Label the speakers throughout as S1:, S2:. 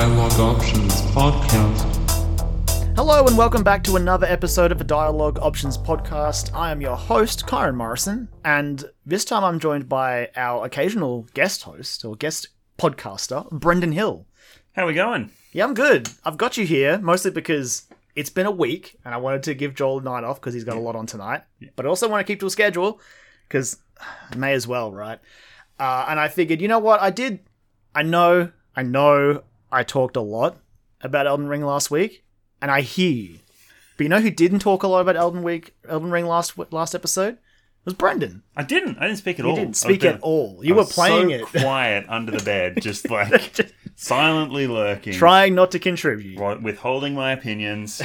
S1: Options Podcast.
S2: Hello and welcome back to another episode of the Dialogue Options Podcast. I am your host, Kyron Morrison, and this time I'm joined by our occasional guest host or guest podcaster, Brendan Hill.
S3: How we going?
S2: Yeah, I'm good. I've got you here mostly because it's been a week and I wanted to give Joel a night off because he's got a lot on tonight, but I also want to keep to a schedule because may as well, right? Uh, and I figured, you know what? I did. I know, I know I talked a lot about Elden Ring last week, and I hear you. But you know who didn't talk a lot about Elden, week, Elden Ring last last episode? It was Brendan.
S3: I didn't. I didn't speak at all.
S2: You didn't
S3: I've
S2: speak
S3: been-
S2: at all. You
S3: I
S2: were
S3: was
S2: playing
S3: so
S2: it,
S3: quiet under the bed, just like
S2: Just
S3: silently lurking,
S2: trying not to contribute.
S3: while withholding my opinions,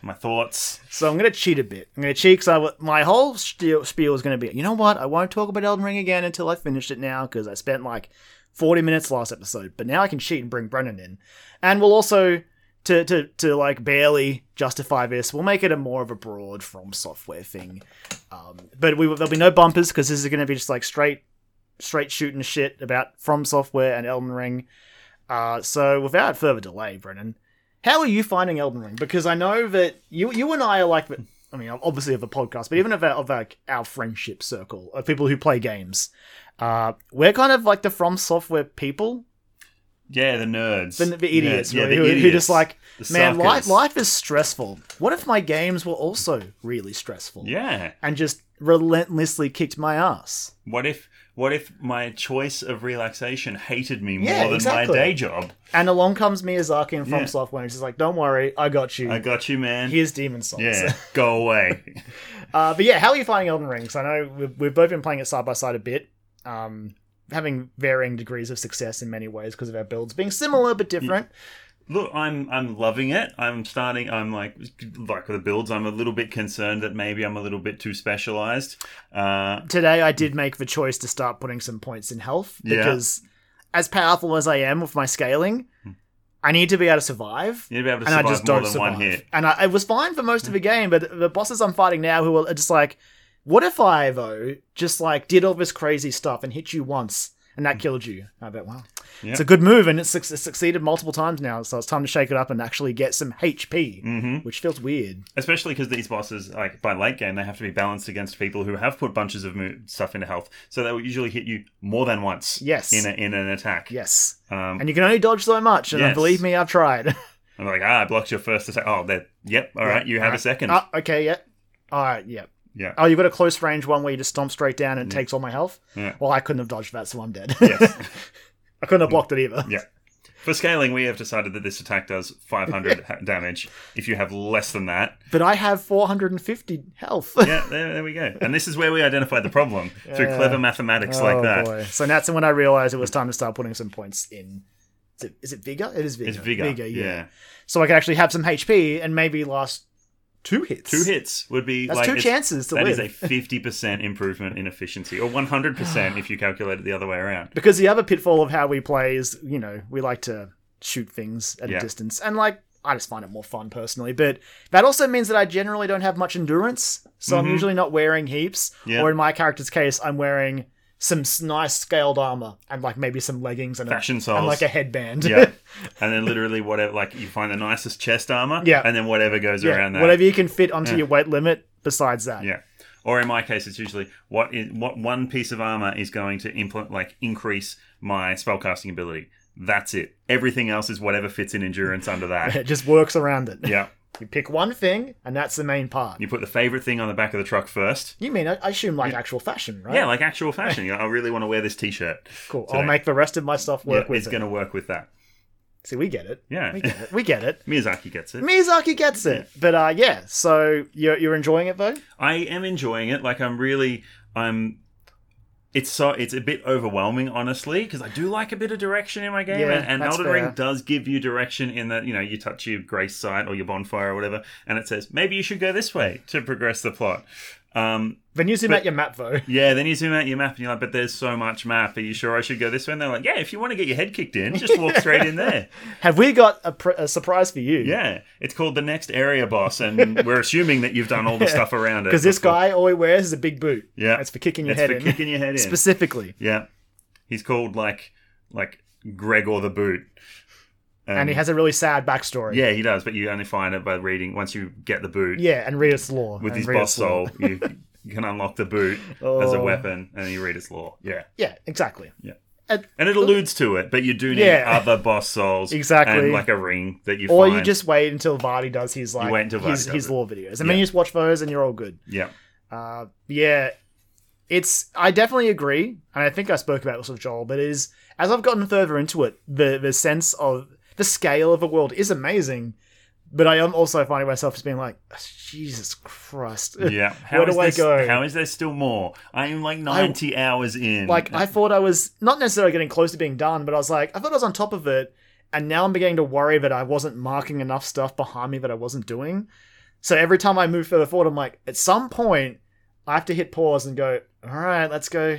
S3: my thoughts.
S2: So I'm going to cheat a bit. I'm going to cheat because I, w- my whole spiel, spiel is going to be, you know what? I won't talk about Elden Ring again until I finished it now because I spent like 40 minutes last episode. But now I can cheat and bring Brennan in. And we'll also, to, to, to like barely justify this, we'll make it a more of a broad from software thing. Um, but we, there'll be no bumpers because this is going to be just like straight, straight shooting shit about from software and Elden Ring. Uh, so without further delay, Brennan, how are you finding Elden Ring? Because I know that you you and I are like, I mean, obviously of a podcast, but even of our, of our, our friendship circle of people who play games, uh, we're kind of like the From Software people,
S3: Yeah, the nerds,
S2: the, the idiots,
S3: yeah,
S2: really,
S3: the
S2: who,
S3: idiots.
S2: who just like,
S3: The
S2: man, life
S3: suckers.
S2: life is stressful. What if my games were also really stressful?
S3: Yeah.
S2: and just relentlessly kicked my ass.
S3: What if? What if my choice of relaxation hated me more
S2: Yeah,
S3: than
S2: exactly.
S3: my day job?
S2: And along comes Miyazaki and From
S3: Yeah.
S2: Software, and she's like, "Don't worry, I got you.
S3: I got you, man.
S2: Here's Demon Souls."
S3: yeah, go away.
S2: Uh, but yeah, how are you finding Elden Ring? 'Cause I know we've, we've both been playing it side by side a bit, um, having varying degrees of success in many ways because of our builds being similar but different.
S3: Look, I'm I'm loving it. I'm starting. I'm like like the builds. I'm a little bit concerned that maybe I'm a little bit too specialized. Uh,
S2: Today, I did make the choice to start putting some points in health
S3: Yeah.
S2: because, as powerful as I am with my scaling, I need to be able to survive.
S3: you need to be able to
S2: and I
S3: survive
S2: just
S3: more
S2: don't
S3: than
S2: survive.
S3: one hit.
S2: And I, it was fine for most of the game, but the bosses I'm fighting now who are just like, what if I though just like did all this crazy stuff and hit you once and that killed you? I bet wow,
S3: Yeah.
S2: it's a good move and it's, suc- it's succeeded multiple times now, so it's time to shake it up and actually get some HP,
S3: hmm
S2: which feels weird.
S3: Especially because these bosses, like by late game, they have to be balanced against people who have put bunches of mo- stuff into health, so they will usually hit you more than once.
S2: Yes.
S3: in a, in an attack.
S2: Yes,
S3: Um,
S2: and you can only dodge so much, and
S3: Yes.
S2: believe me, I've tried.
S3: I'm like, ah, I blocked your first attack. Oh, that. Yep. All right, you have
S2: Alright.
S3: a second.
S2: Ah, okay, yeah. All right, yeah.
S3: yeah.
S2: Oh, you've got a close range one where you just stomp straight down and it takes all my health.
S3: Yeah.
S2: Well, I couldn't have dodged that, so I'm dead.
S3: Yes.
S2: I
S3: Mm.
S2: couldn't have blocked it either.
S3: Yeah. For scaling, we have decided that this attack does 500 ha- damage. If you have less than that,
S2: but I have 450 health.
S3: yeah, there, there we go. And this is where we identify the problem
S2: Yeah. Oh,
S3: through clever mathematics like that.
S2: Boy. So that's when I realized it was time to start putting some points in. Is it, is it vigor? It is vigor.
S3: It's vigor.
S2: yeah.
S3: yeah.
S2: So I could actually have some HP and maybe last two hits.
S3: Two hits would be
S2: That's
S3: like
S2: two
S3: it's-
S2: chances to
S3: That
S2: live.
S3: is a fifty percent improvement in efficiency, or one hundred percent if you calculate it the other way around.
S2: because the other pitfall of how we play is, you know, we like to shoot things at a
S3: Yeah.
S2: distance, and like I just find it more fun personally. But that also means that I generally don't have much endurance, so I'm
S3: Mhm.
S2: usually not wearing heaps.
S3: Yeah.
S2: Or in my character's case, I'm wearing some s- nice scaled armor and like maybe some leggings and a,
S3: Fashion
S2: and
S3: souls,
S2: like a headband.
S3: yeah, and then literally whatever, like you find the nicest chest armor,
S2: Yeah.
S3: and then whatever goes
S2: Yeah,
S3: around that,
S2: Whatever you can fit onto your weight limit besides that.
S3: yeah. Or in my case, it's usually what is, what one piece of armor is going to implement, like increase my spellcasting ability. That's it. Everything else is whatever fits in endurance under that.
S2: It just works around it.
S3: yeah,
S2: You pick one thing, and that's the main part.
S3: you put the favorite thing on the back of the truck first.
S2: You mean, I I assume, like actual fashion, right?
S3: Yeah, like actual fashion. I really want to wear this T-shirt.
S2: cool.
S3: today.
S2: I'll make the rest of my stuff work
S3: Yeah,
S2: with
S3: it's
S2: it.
S3: going to work with that.
S2: See, we get it.
S3: Yeah.
S2: We get it. We get it.
S3: Miyazaki gets it.
S2: Miyazaki gets it. But uh, yeah, so you're, you're enjoying it though?
S3: I am enjoying it. Like I'm really, I'm. It's so it's a bit overwhelming, honestly, because I do like a bit of direction in my game,
S2: Yeah,
S3: and, and
S2: that's
S3: Elden
S2: fair.
S3: Ring does give you direction in that you know you touch your grace site or your bonfire or whatever, and it says maybe you should go this way to progress the plot. Um,
S2: Then you zoom out your map though.
S3: yeah, then you zoom out your map and you're like, but there's so much map. Are you sure I should go this way? And they're like, yeah, if you want to get your head kicked in, just walk straight in there.
S2: Have we got a, pr- a surprise for you?
S3: Yeah, it's called the next area boss, and we're assuming that you've done all the stuff around it
S2: Because this
S3: before.
S2: guy, all he wears is a big boot.
S3: Yeah.
S2: That's for kicking your
S3: It's
S2: head
S3: for
S2: in.
S3: kicking your head in.
S2: Specifically.
S3: Yeah, he's called like like Greg or the Boot. Um,
S2: and he has a really sad backstory.
S3: Yeah, he does, but you only find it by reading once you get the boot
S2: Yeah, and read its law.
S3: with
S2: and
S3: his
S2: read
S3: boss
S2: its law.
S3: soul. you, you can unlock the boot as a
S2: Oh.
S3: weapon, and you read its law. Yeah,
S2: Yeah, exactly.
S3: Yeah.
S2: And-
S3: and it alludes to it, but you do need
S2: Yeah.
S3: other boss souls
S2: Exactly.
S3: and like a ring that you
S2: or
S3: find.
S2: you just wait until Vardy does his like
S3: wait until Vardy
S2: his,
S3: does
S2: his
S3: it.
S2: law videos, and
S3: Yeah.
S2: then you just watch those, and you're all good.
S3: yeah,
S2: Uh, yeah, it's I definitely agree, and I think I spoke about this with Joel, but it is as I've gotten further into it, the the sense of the scale of the world is amazing, but I am also finding myself just being like, Jesus Christ,
S3: yeah.
S2: Where
S3: is
S2: do I
S3: this-
S2: go?
S3: How is there still more? I am like ninety hours in.
S2: Like I thought I was not necessarily getting close to being done, but I was like, I thought I was on top of it, and now I'm beginning to worry that I wasn't marking enough stuff behind me that I wasn't doing. So every time I move further forward, I'm like, at some point, I have to hit pause and go, all right, let's go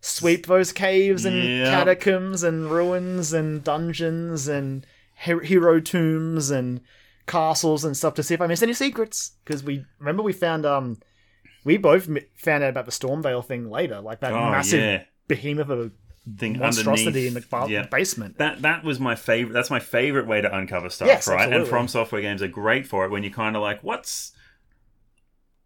S2: sweep those caves and
S3: Yeah.
S2: catacombs and ruins and dungeons and he- hero tombs and castles and stuff to see if I missed any secrets. Because we remember we found um. We both m- found out about the Stormvale thing later, like that
S3: oh
S2: massive
S3: yeah,
S2: behemoth of a
S3: thing
S2: monstrosity
S3: underneath.
S2: in the ba-
S3: yeah.
S2: basement.
S3: That that was my favorite. That's my favorite way to uncover stuff,
S2: Yes,
S3: right? And
S2: absolutely.
S3: From Software games are great for it when you're kind of like, "What's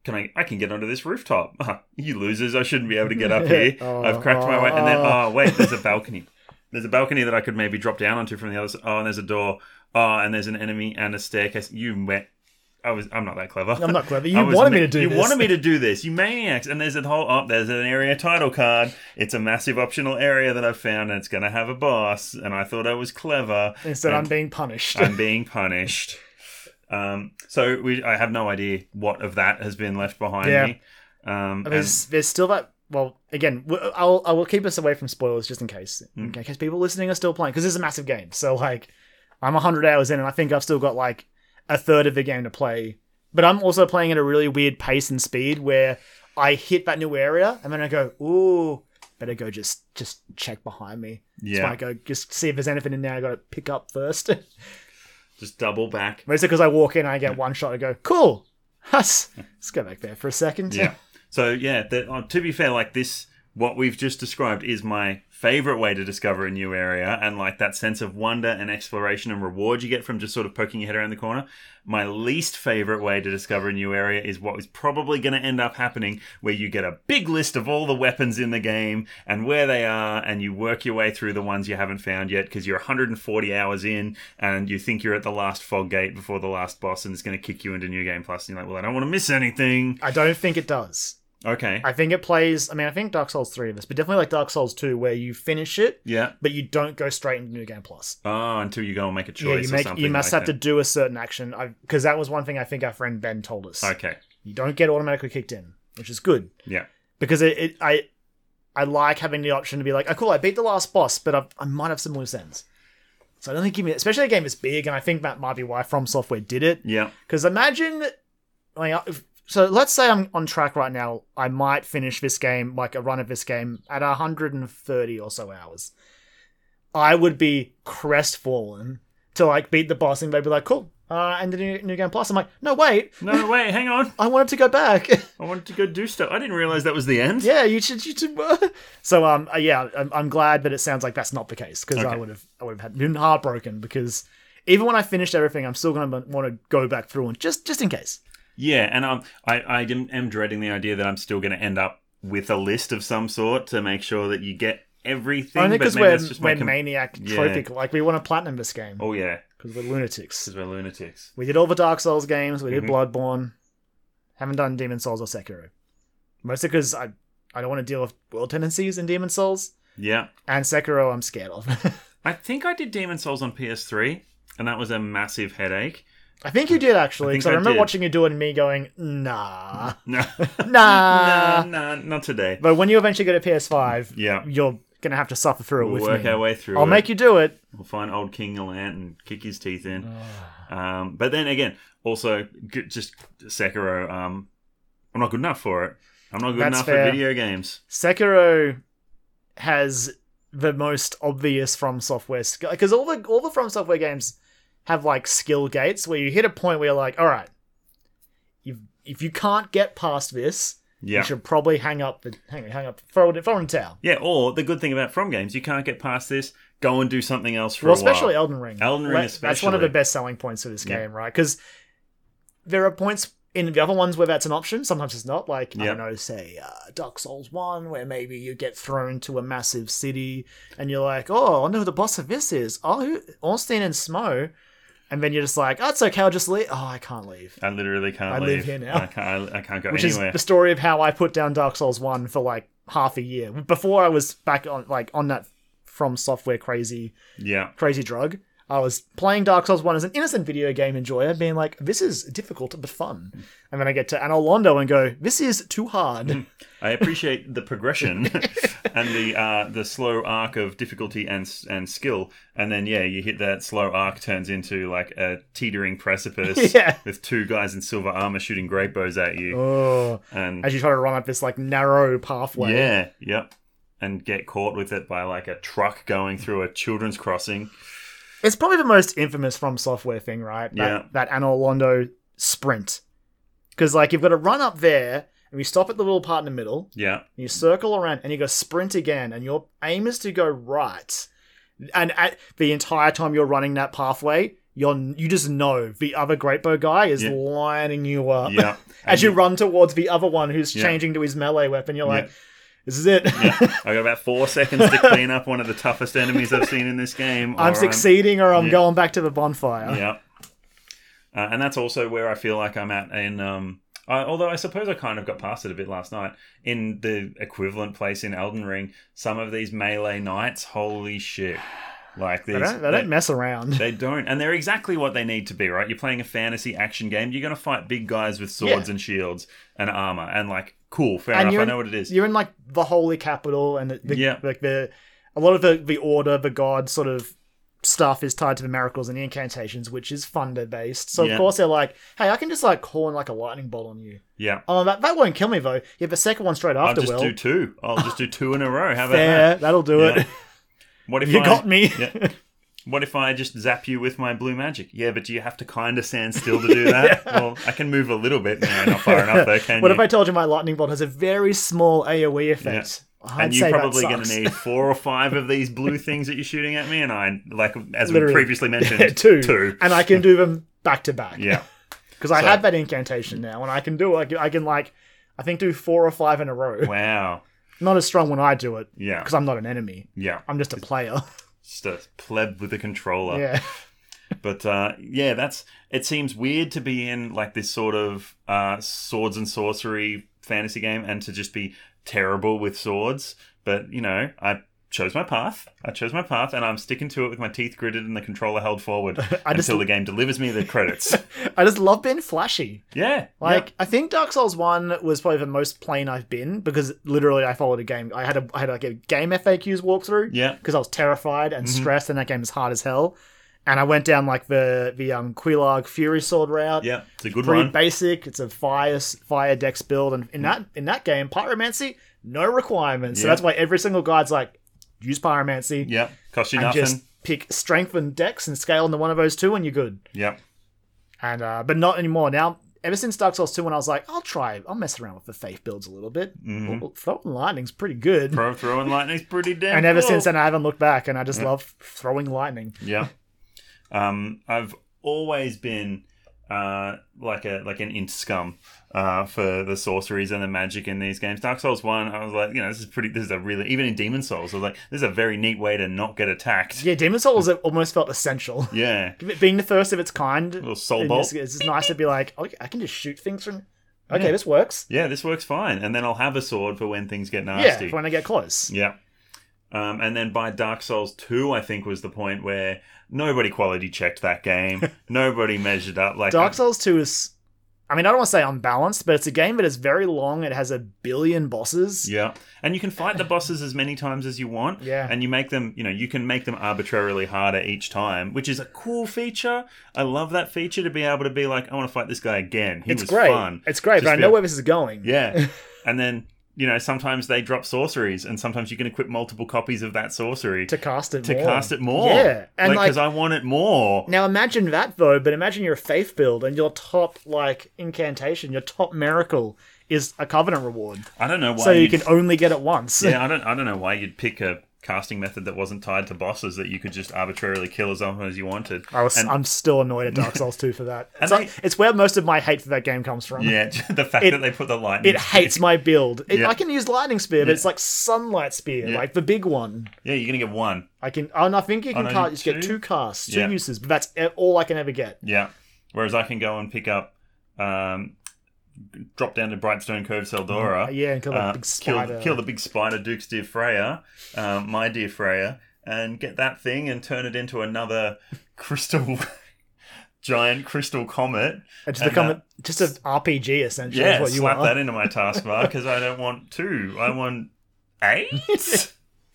S3: can I? I can get under this rooftop. Ah, you losers! I shouldn't be able to get up here.
S2: Oh,
S3: I've cracked my way." And then,
S2: oh.
S3: oh wait, there's a balcony. there's a balcony that I could maybe drop down onto from the other side. Oh, and there's a door. Oh, and there's an enemy and a staircase. You met. I was. I'm not that clever.
S2: I'm not clever.
S3: I
S2: You
S3: was
S2: wanted me
S3: ma-
S2: to do
S3: You
S2: this.
S3: wanted me to do this, you maniacs! And there's a whole up. there's an area title card. It's a massive optional area that I've found, and it's going to have a boss. And I thought I was clever.
S2: Instead,
S3: and
S2: I'm being punished.
S3: I'm being punished. Um, so we, I have no idea what of that has been left behind
S2: Yeah.
S3: me. Um, and-
S2: there's, there's still that. Well, again, w- I'll I will keep us away from spoilers just in case,
S3: Hmm.
S2: in case people listening are still playing because this is a massive game. So like, I'm 100 hours in, and I think I've still got like a third of the game to play. But I'm also playing at a really weird pace and speed where I hit that new area and then I go, ooh, better go just just check behind me. So
S3: yeah,
S2: I go just see if there's anything in there I got to pick up first.
S3: just double back.
S2: Mostly because I walk in, I get one shot. I go, cool. Let's, let's go back there for a second.
S3: yeah. uh, So yeah, that, uh, to be fair, like this, what we've just described is my favorite way to discover a new area, and like that sense of wonder and exploration and reward you get from just sort of poking your head around the corner. My least favorite way to discover a new area is what is probably going to end up happening, where you get a big list of all the weapons in the game and where they are, and you work your way through the ones you haven't found yet because you're 140 hours in and you think you're at the last fog gate before the last boss, and it's going to kick you into New Game Plus, and you're like, well, I don't want to miss anything.
S2: I don't think it does.
S3: Okay.
S2: I think it plays. I mean, I think Dark Souls 3 of this, but definitely like Dark Souls 2, where you finish it,
S3: Yeah.
S2: but you don't go straight into New Game Plus.
S3: Oh, until you go and make a
S2: Yeah,
S3: choice
S2: you,
S3: or
S2: make,
S3: something.
S2: you must
S3: like
S2: have to do a certain action. Because that was one thing I think our friend Ben told us.
S3: that. Okay.
S2: You don't get automatically kicked in, which is good.
S3: Yeah.
S2: Because it, it I I like having the option to be like, oh, cool, I beat the last boss, but I've, I might have some loose ends. So I don't think give me, especially a game is big, and I think that might be why From Software did it.
S3: Yeah.
S2: Because imagine, like, uh, if- so let's say I'm on track right now. I might finish this game, like a run of this game, at 130 or so hours. I would be crestfallen to like beat the boss, and they'd be like, cool. Uh, and the new, new game plus, I'm like, no wait,
S3: No, wait, hang on.
S2: I wanted to go back.
S3: I wanted to go do stuff. I didn't realize that was the end.
S2: yeah, you should, you should. so um, uh, yeah, I'm, I'm glad that it sounds like that's not the case because I
S3: Okay.
S2: would have, I would have had been heartbroken because even when I finished everything, I'm still gonna want to go back through and just, just in case.
S3: Yeah, and um, I, I am, am dreading the idea that I'm still going to end up with a list of some sort to make sure that you get everything.
S2: Only
S3: but
S2: because
S3: maybe
S2: we're,
S3: that's just my
S2: we're
S3: com-
S2: maniac
S3: Yeah.
S2: trophic. Like, we want to platinum this game
S3: Oh, yeah,
S2: because we're lunatics.
S3: because we're lunatics.
S2: We did all the Dark Souls games, we did
S3: Mhm.
S2: Bloodborne, haven't done Demon Souls or Sekiro. Mostly because I, I don't want to deal with world tendencies in Demon Souls,
S3: Yeah.
S2: and Sekiro I'm scared of.
S3: I think I did Demon Souls on PS3, and that was a massive headache.
S2: I think you did actually,
S3: I think
S2: because I,
S3: I
S2: remember
S3: did.
S2: watching you do it and me going, nah,
S3: No.
S2: nah. Uh,
S3: nah, nah, not today.
S2: But when you eventually get a PS5,
S3: Yeah.
S2: you're going to have to suffer through it
S3: We'll
S2: with
S3: work
S2: me.
S3: our way through
S2: I'll
S3: it.
S2: make you do it.
S3: We'll find old King Galant and kick his teeth in. Um, but then again, also g- just Sekiro. Um, I'm not good enough for it. I'm not good
S2: That's
S3: enough
S2: fair.
S3: for video games.
S2: Sekiro has the most obvious from software skill because all the all the from software games have like skill gates where you hit a point where you're like, all right, if if you can't get past this,
S3: Yeah.
S2: you should probably hang up the hang, hang up throw it throw it in the towel.
S3: Yeah, or the good thing about From Games, you can't get past this. Go and do something else for
S2: Well,
S3: a while.
S2: especially Elden Ring.
S3: Elden Ring
S2: Like, That's one of
S3: especially.
S2: the best selling points of this
S3: Yeah.
S2: game, right? Because there are points in the other ones where that's an option. Sometimes it's not. Like I
S3: Yeah.
S2: don't know, say uh, Dark Souls One, where maybe you get thrown to a massive city and you're like, oh, I know who the boss of this is. Oh, who- Ornstein and Smo. And then you're just like, oh, it's okay, I'll just leave. Oh, I can't leave.
S3: I literally can't
S2: I live
S3: leave
S2: here now.
S3: I can't, I, I can't go
S2: Which
S3: anywhere.
S2: is the story of how I put down Dark Souls One for like half a year before I was back on like on that from software crazy
S3: yeah,
S2: crazy drug. I was playing Dark Souls 1 as an innocent video game enjoyer, being like, this is difficult but fun. And then I get to Anolondo and go, this is too hard.
S3: I appreciate the progression and the uh, the slow arc of difficulty and s- and skill, and then yeah, you hit that slow arc turns into like a teetering precipice
S2: Yeah.
S3: with two guys in silver armor shooting great bows at you,
S2: oh,
S3: and
S2: as you try to run up this like narrow pathway.
S3: yeah, yep, and get caught with it by like a truck going through a children's crossing.
S2: It's probably the most infamous from software thing, right? That,
S3: Yeah.
S2: That Anolondo sprint. Because like you've got to run up there and you stop at the little part in the middle
S3: Yeah,
S2: and you circle around and you go sprint again and your aim is to go right and at the entire time you're running that pathway you're you just know the other great bow guy is
S3: Yeah.
S2: lining you up
S3: yeah.
S2: Uh, as
S3: And
S2: you run towards the other one who's
S3: Yeah.
S2: changing to his melee weapon you're like
S3: Yeah.
S2: this is it
S3: yeah, I got about four seconds to clean up one of the toughest enemies I've seen in this game. or
S2: i'm succeeding or i'm
S3: Yeah.
S2: going back to the bonfire
S3: Yeah. Uh, and that's also where I feel like I'm at in. Um, I, although I suppose I kind of got past it a bit last night. In the equivalent place in Elden Ring, some of these melee knights, holy shit! Like these,
S2: they don't, they don't mess around
S3: they don't, and they're exactly what they need to be, right? You're playing a fantasy action game. You're going to fight big guys with swords
S2: Yeah.
S3: and shields and armor, and like, cool, fair
S2: And
S3: enough.
S2: you're
S3: I
S2: in-
S3: know what it is.
S2: you're in like the holy capital and the, the,
S3: Yeah.
S2: like the a lot of the, the order the god sort of stuff is tied to the miracles and the incantations which is thunder based so
S3: Yeah.
S2: of course they're like hey i can just like horn like a lightning bolt on you
S3: Yeah,
S2: oh that, that won't kill me though yeah the second one straight
S3: I'll
S2: after
S3: just
S2: will
S3: do two. I'll just do two in a row. How about
S2: yeah
S3: that?
S2: that'll do
S3: Yeah.
S2: it
S3: What if
S2: you
S3: I-
S2: got me
S3: Yeah. What if I just zap you with my blue magic? Yeah, but do you have to kind of stand still to do that? Well, I can move a little bit. No, not far enough, though, can
S2: what
S3: you?
S2: if i told you my lightning bolt has a very small aoe effect I'd
S3: and you're
S2: say that
S3: probably going
S2: sucks.
S3: to need four or five of these blue things that you're shooting at me, and I, like, as
S2: Literally.
S3: we previously mentioned,
S2: two
S3: two.
S2: and i can do them back to back
S3: E yeah,
S2: because i
S3: So-
S2: have that incantation now and i can do it I can- i can like i think do four or five in a row
S3: wow,
S2: not as strong when I do it
S3: yeah,
S2: because I'm not an enemy.
S3: yeah,
S2: I'm just a player.
S3: just a pleb with a controller.
S2: yeah,
S3: But uh, yeah, that's it. Seems weird to be in like this sort of uh, swords and sorcery fantasy game, and to just be terrible with swords. But you know, I chose my path. I chose my path, and I'm sticking to it with my teeth gritted and the controller held forward
S2: I
S3: until
S2: just-
S3: the game delivers me the credits.
S2: I just love being flashy.
S3: yeah,
S2: Like I think Dark Souls One was probably the most plain I've been because literally I followed a game. I had a I had like a game FAQs walkthrough
S3: yeah, Mm-hmm.
S2: because I was terrified and stressed, and that game is hard as hell. And I went down like the the um Quilag Fury Sword route.
S3: yeah, yeah. It's a good
S2: Pretty
S3: one. Hmm.
S2: basic. It's a fire fire dex build, and in that in that game, pyromancy no requirements. So
S3: Yeah.
S2: that's why every single guide's like use pyromancy.
S3: yeah, cost you
S2: and
S3: nothing.
S2: just pick strength and dex and scale into one of those two and you're good.
S3: Yeah,
S2: And uh, but not anymore now. Ever since Dark Souls 2, when I was like, I'll try, I'll mess around with the faith builds a little bit.
S3: Mhm.
S2: Well, throwing lightning's pretty good.
S3: Throw, throwing lightning's pretty damn.
S2: and ever
S3: cool.
S2: since then, I haven't looked back, and I just love throwing lightning.
S3: Yeah. Um, I've always been uh, like a like an int scum uh, for the sorceries and the magic in these games. Dark Souls one, I was like, you know, this is pretty. This is a really even in Demon Souls, I was like, this is a very neat way to not get attacked.
S2: Yeah, Demon Souls have almost felt essential.
S3: Yeah.
S2: Being the first of its kind,
S3: Little soul
S2: in
S3: bolt.
S2: this- it's just nice to be like, okay, I can just shoot things from. Okay,
S3: Yeah.
S2: this works.
S3: Yeah, this works fine, and then I'll have a sword for when things get nasty.
S2: Yeah, for when I get close.
S3: Yeah. Um, and then by Dark Souls 2, I think was the point where nobody quality checked that game. nobody measured up. Like
S2: Dark Souls 2 is. I mean, I don't want to say unbalanced, but it's a game that is very long. It has a billion bosses.
S3: Yeah. And you can fight the bosses as many times as you want.
S2: Yeah.
S3: And you make them, you know, you can make them arbitrarily harder each time, which is a cool feature. I love that feature to be able to be like, I want to fight this guy again. He
S2: it's
S3: was
S2: great.
S3: fun.
S2: It's great,
S3: Just
S2: but I
S3: be
S2: know
S3: like-
S2: where this is going.
S3: Yeah. and then, you know, sometimes they drop sorceries and sometimes you can equip multiple copies of that sorcery
S2: To cast it
S3: to
S2: more.
S3: cast it more.
S2: Yeah. And like,
S3: because I want it more.
S2: now imagine that though, but imagine your faith build and your top like incantation, your top miracle is a covenant reward,
S3: I don't know why.
S2: so you
S3: you'd-
S2: can only get it once.
S3: yeah, I don't. I don't know why you'd pick a casting method that wasn't tied to bosses that you could just arbitrarily kill as often as you wanted.
S2: I was,
S3: And-
S2: I'm still annoyed at Dark Souls 2 for that. It's,
S3: they-
S2: like, it's where most of my hate for that game comes from.
S3: yeah, the fact that they put the lightning.
S2: It hates my build. It,
S3: Yeah.
S2: I can use lightning spear, but it's like sunlight spear,
S3: Yeah.
S2: like the big one.
S3: Yeah, you're gonna get one.
S2: I can, oh, and I think you can
S3: no,
S2: cast,
S3: you
S2: just get
S3: two?
S2: two casts, two
S3: Yeah.
S2: uses, but that's e- all I can ever get.
S3: Yeah. Whereas I can go and pick up, um, drop down to Brightstone Cove, Seldora.
S2: Mm-hmm. Yeah, and kill that big spider.
S3: Uh, Kill, kill the big spider, Duke's dear Freya, um, my dear Freya, and get that thing and turn it into another crystal, giant crystal comet.
S2: It's
S3: and
S2: become
S3: that-
S2: a, just an RPG essentially.
S3: Yeah,
S2: is what you
S3: slap
S2: want.
S3: that into my taskbar because I don't want two. I want eight.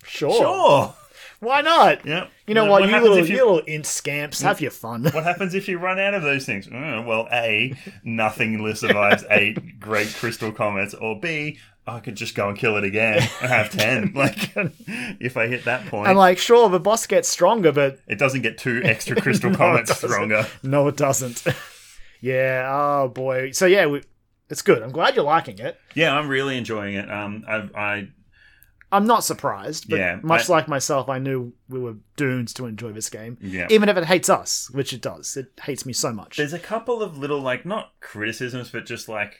S2: Sure.
S3: sure.
S2: Why not?
S3: Yeah.
S2: You know
S3: What
S2: what, you
S3: happens
S2: little,
S3: if
S2: you...
S3: you-
S2: little int scamps, have your fun.
S3: What happens if you run out of those things? Mm, well, A, nothing li- survives eight great crystal comets, or B, I could just go and kill it again and have ten. Like, if I hit that point,
S2: I'm like, sure, the boss gets stronger, but
S3: it doesn't get two extra crystal
S2: No, it
S3: comets
S2: doesn't.
S3: stronger.
S2: no, it doesn't. yeah, oh boy. So yeah, we, it's good. I'm glad you're liking it.
S3: Yeah, I'm really enjoying it. Um, I've, I
S2: I'm not surprised, but
S3: Yeah,
S2: much
S3: I-
S2: like myself, I knew we were doomed to enjoy this game.
S3: yeah.
S2: Even if it hates us, which it does. It hates me so much.
S3: There's a couple of little like not criticisms, but just like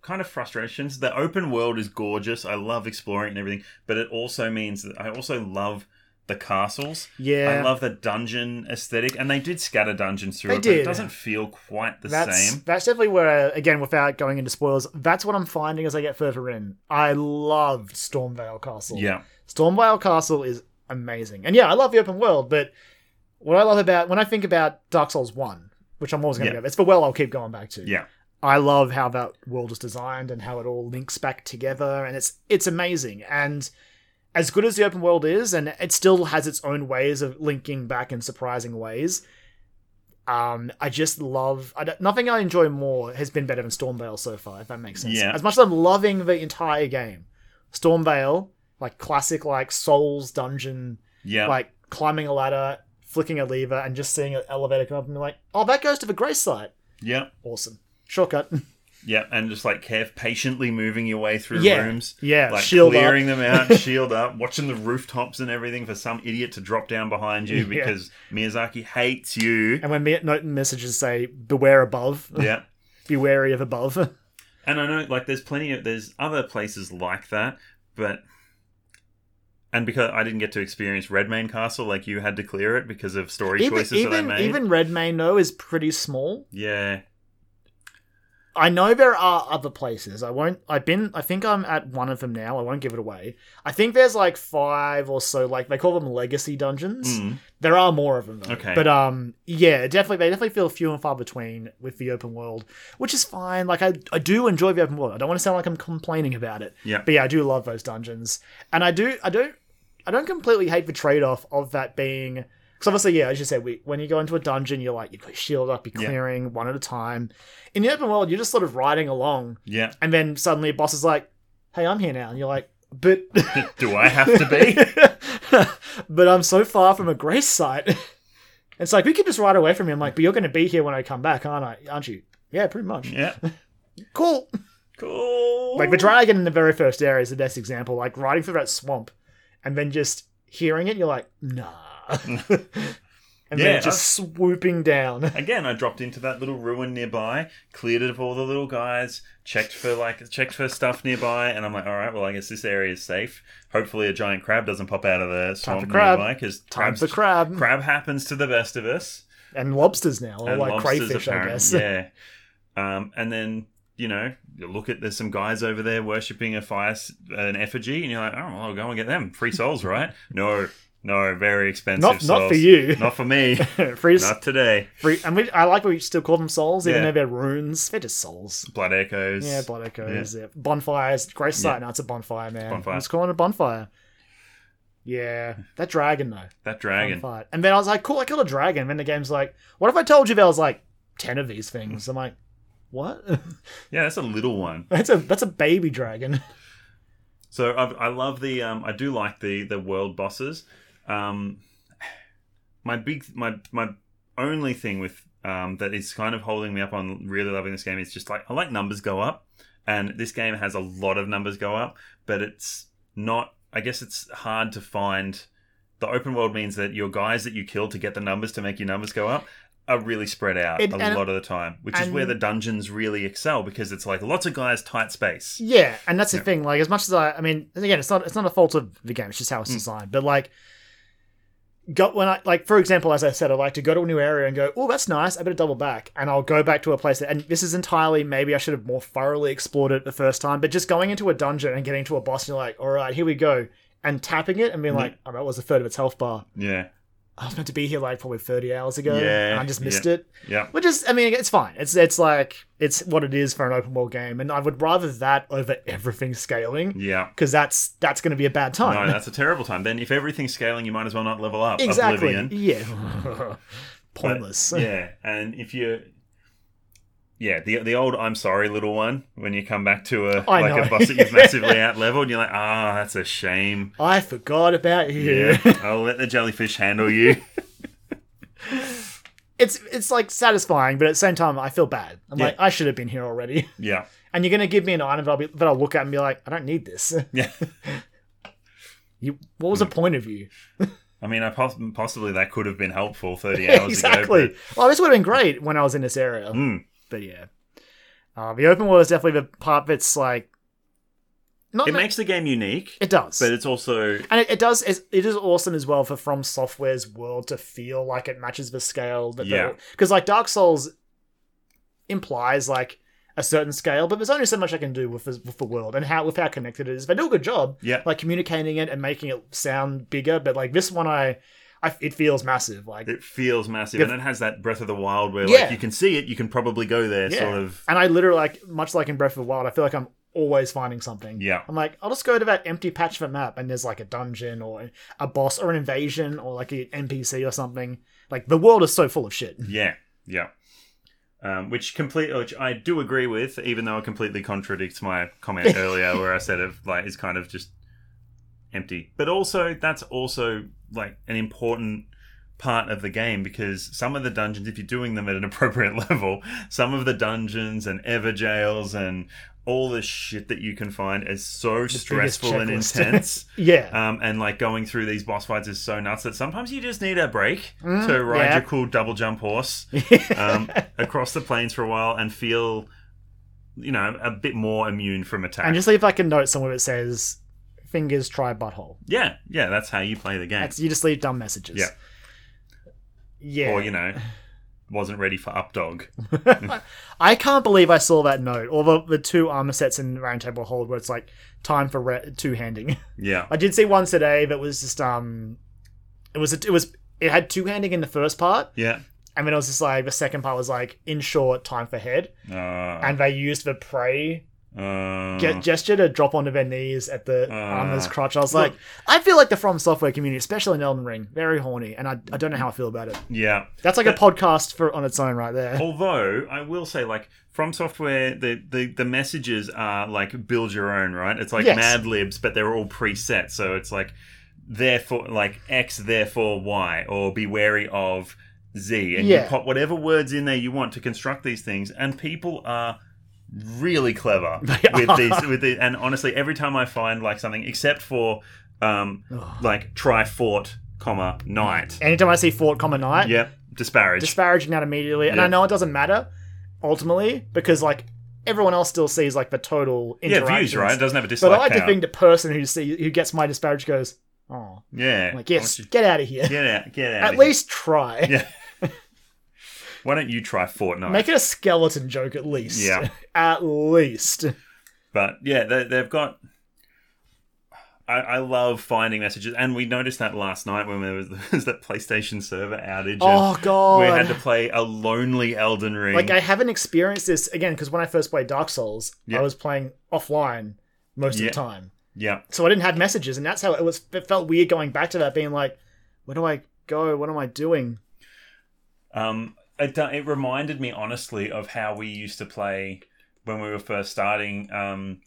S3: kind of frustrations. The open world is gorgeous. I love exploring it and everything, but it also means that I also love the castles.
S2: yeah.
S3: I love the dungeon aesthetic, and they did scatter dungeons through
S2: They
S3: it, but
S2: did.
S3: it doesn't feel quite the
S2: that's
S3: same.
S2: that's definitely where uh, again without going into spoilers that's what i'm finding as i get further in i loved stormvale castle
S3: Yeah,
S2: stormvale castle is amazing and yeah i love the open world but what i love about when i think about dark souls 1 which i'm always going to
S3: Yeah.
S2: go it's the well i'll keep going back to
S3: yeah,
S2: i love how that world is designed and how it all links back together and it's it's amazing and as good as the open world is and it still has its own ways of linking back in surprising ways um, I just love. I don't- nothing I enjoy more has been better than Stormvale so far, if that makes sense.
S3: Yeah.
S2: As much as I'm loving the entire game, Stormvale, like classic, like Souls dungeon,
S3: yeah.
S2: like climbing a ladder, flicking a lever, and just seeing an elevator come up and be like, "Oh, that goes to the grace site."
S3: yeah.
S2: Awesome shortcut.
S3: Yeah, and just like care patiently moving your way through
S2: Yeah.
S3: rooms.
S2: Yeah,
S3: Like
S2: shield up.
S3: clearing them out, shield up, watching the rooftops and everything for some idiot to drop down behind
S2: Yeah.
S3: you because Miyazaki hates you.
S2: and when me- note messages say "Beware above,"
S3: yeah.
S2: be wary of above.
S3: And I know like there's plenty of there's other places like that, but and because I didn't get to experience Redmayne Castle like you had to clear it because of story
S2: even
S3: choices that I
S2: even
S3: made.
S2: even Redmayne though is pretty small.
S3: yeah.
S2: I know there are other places. I won't. I've been. I think I'm at one of them now. I won't give it away. I think there's like five or so. Like they call them legacy dungeons.
S3: Mm.
S2: There are more of them. Though.
S3: Okay.
S2: But um, yeah, definitely they definitely feel few and far between with the open world, which is fine. Like I, I do enjoy the open world. I don't want to sound like I'm complaining about it.
S3: Yeah.
S2: But yeah, I do love those dungeons, and I do. I don't. I don't completely hate the trade off of that being. Because obviously, yeah, as you said, we, when you go into a dungeon, you're like, you shield up, you're
S3: Yeah.
S2: clearing one at a time. In the open world, you're just sort of riding along,
S3: Yeah.
S2: and then suddenly a boss is like, hey, I'm here now. And you're like, but.
S3: Do I have to be?
S2: but I'm so far from a grace site. It's like, we could just ride away from you. I'm like, but you're going to be here when I come back, aren't I? Aren't you? Yeah, pretty much.
S3: yeah.
S2: Cool.
S3: Cool.
S2: Like the dragon in the very first area is the best example. Like riding through that swamp, and then just hearing it, you're like, nah. and
S3: Yeah.
S2: then just swooping down.
S3: Again, I dropped into that little ruin nearby, cleared it of all the little guys, checked for like checked for stuff nearby, and I'm like, all right, well, I guess this area is safe. Hopefully, a giant crab doesn't pop out of the swamp
S2: for crab.
S3: nearby because
S2: Time
S3: crabs
S2: for crab
S3: crab happens to the best of us.
S2: and lobsters now, or
S3: and
S2: like
S3: lobsters,
S2: crayfish, I
S3: apparently.
S2: guess.
S3: Yeah. Um, and then you know, you look at there's some guys over there worshipping a fire, s- an effigy, and you're like, oh, well, I'll go and get them. Free souls, right? no, no, very expensive.
S2: Not not for
S3: souls.
S2: you.
S3: Not for me.
S2: free,
S3: Not today.
S2: free, and we, I like what we still call them souls, even
S3: Yeah.
S2: though they're runes. They're just souls.
S3: Blood echoes.
S2: Yeah, blood echoes. Yeah. Bonfires. Grace
S3: Yeah.
S2: site. No, it's a bonfire, man.
S3: bonfire.
S2: Let's call it a bonfire. Yeah, that dragon though.
S3: that
S2: fun
S3: dragon.
S2: fight. And then I was like, cool, I killed a dragon. And then the game's like, what if I told you there was like ten of these things? I'm like, what?
S3: Yeah, that's a little one.
S2: that's a that's a baby dragon.
S3: So I've, I love the. Um, I do like the the world bosses. Um, my big my my only thing with um, that is kind of holding me up on really loving this game is just like I like numbers go up And this game has a lot of numbers go up, but it's not. I guess it's hard to find. The open world means that your guys that you kill to get the numbers to make your numbers go up are really spread out
S2: It-
S3: a
S2: and-
S3: lot of the time, which is
S2: and-
S3: where the dungeons really excel because it's like lots of guys, tight space.
S2: Yeah, and that's the
S3: Yeah.
S2: thing. Like, as much as I, I mean, and again, it's not it's not a fault of the game. It's just how it's
S3: Mm.
S2: designed. But like, got when I like, for example, as I said, I like to go to a new area and go, oh, that's nice. I better double back, and I'll go back to a place. That, and this is entirely maybe I should have more thoroughly explored it the first time. But just going into a dungeon and getting to a boss, and you're like, all right, here we go, and tapping it and being
S3: Mm.
S2: like, oh, that was a third of its health bar.
S3: Yeah.
S2: I was meant to be here like probably 30 hours ago,
S3: Yeah,
S2: and I just missed it.
S3: Yeah.
S2: Which is, I mean, it's fine. It's it's like it's what it is for an open world game, and I would rather that over everything scaling
S3: Yeah.
S2: because that's that's going to be a bad
S3: No,
S2: time.
S3: that's a terrible time. Then if everything's scaling, you might as well not level up.
S2: exactly.
S3: Oblivion.
S2: Yeah. Pointless.
S3: But, yeah, and if you, yeah, the the old I'm sorry little one when you come back to a
S2: I
S3: like
S2: know.
S3: a boss that you've massively out leveled, you're like, ah, that's a shame.
S2: I forgot about you.
S3: Yeah, I'll let the jellyfish handle you.
S2: It's it's like satisfying, but at the same time, I feel bad. I'm
S3: Yeah.
S2: like, I should have been here already.
S3: Yeah,
S2: And you're going to give me an item that I'll be that I'll look at and be like, I don't need this.
S3: yeah.
S2: You, what was the point of you?
S3: I mean, I poss- possibly that could have been helpful 30 hours
S2: exactly.
S3: ago.
S2: Well, this would have been great when I was in this area.
S3: but- Hmm.
S2: But yeah, uh, the open world is definitely the part that's like not.
S3: It makes the game unique,
S2: it does,
S3: but it's also
S2: and it, it does. It's, it is awesome as well for From Software's world to feel like it matches the scale. That
S3: Yeah.
S2: because like Dark Souls implies like a certain scale, but there's only so much I can do with this- with the world and how with how connected it is. They do a good job,
S3: Yeah.
S2: like communicating it and making it sound bigger. But like this one, I, I it feels massive. Like
S3: it feels massive,
S2: Yeah.
S3: and it has that Breath of the Wild where
S2: Yeah.
S3: like you can see it, you can probably go there,
S2: Yeah.
S3: sort of.
S2: And I literally like much like in Breath of the Wild, I feel like I'm always finding something.
S3: Yeah.
S2: I'm like, I'll just go to that empty patch of a map and there's like a dungeon or a boss or an invasion or like an NPC or something. Like the world is so full of shit.
S3: Yeah, yeah. Um, which complete, which I do agree with, even though it completely contradicts my comment earlier, where I said it like is kind of just empty. But also, that's also like an important part of the game because some of the dungeons, if you're doing them at an appropriate level, some of the dungeons and ever jails and all the shit that you can find is so stressful and
S2: checklist.
S3: intense.
S2: Yeah.
S3: Um, and like going through these boss fights is so nuts that sometimes you just need a break to ride
S2: Mm, yeah.
S3: your cool double jump horse um, across the plains for a while and feel, you know, a bit more immune from attack.
S2: and just leave like a note somewhere that says fingers try butthole.
S3: yeah, yeah, that's how you play the game.
S2: That's, you just leave dumb messages.
S3: Yeah.
S2: Yeah.
S3: Or you know, wasn't ready for updog.
S2: I can't believe I saw that note. Or the, the two armor sets in Roundtable Hold where it's like time for re- two handing.
S3: Yeah,
S2: I did see one today that was just um, it was it was it had two handing in the first part,
S3: yeah.
S2: and then it was just like the second part was like in short time for head,
S3: Uh,
S2: and they used the pray
S3: uh,
S2: ge- gesture to drop onto their knees at the
S3: Uh.
S2: armor's crotch. I was
S3: Look-
S2: like, I feel like the From Software community, especially in Elden Ring, very horny, and I, I don't know how I feel about it.
S3: yeah.
S2: That's like a podcast for on its own right there.
S3: Although I will say, like from software, the, the the messages are like build your own, right? It's like
S2: Yes.
S3: Mad Libs, but they're all preset. So it's like therefore, like X, therefore Y, or be wary of Z, and
S2: Yeah.
S3: you pop whatever words in there you want to construct these things, and people are really clever with these with the, and honestly every time i find like something except for um like try fort comma night
S2: Anytime I see Fort Common Knight,
S3: yep disparage
S2: disparaging that immediately, and
S3: Yeah.
S2: I know it doesn't matter ultimately because like everyone else still sees like the total
S3: yeah
S2: interactions.
S3: views right it doesn't have a dislike
S2: But I like to
S3: count.
S2: think the person who see who gets my disparage goes, "Oh,
S3: Yeah.
S2: I'm like yes,
S3: Why don't
S2: get out of here.
S3: you- Get out. Get out.
S2: At
S3: of here.
S2: least try.
S3: Yeah. Why don't you try Fortnite?
S2: Make it a skeleton joke at least.
S3: Yeah.
S2: at least.
S3: but yeah, they, they've got. I, I love finding messages, and we noticed that last night when there was, there was that PlayStation server outage.
S2: Oh
S3: and we had
S2: god.
S3: to play a lonely Elden Ring.
S2: like I haven't experienced this again because when I first played Dark Souls,
S3: Yeah.
S2: I was playing offline most
S3: Yeah.
S2: of the time,
S3: yeah,
S2: so I didn't have messages, and that's how it was. It felt weird going back to that, being like, "Where do I go? What am I doing?"
S3: Um, it, do- it reminded me honestly of how we used to play when we were first starting. Um,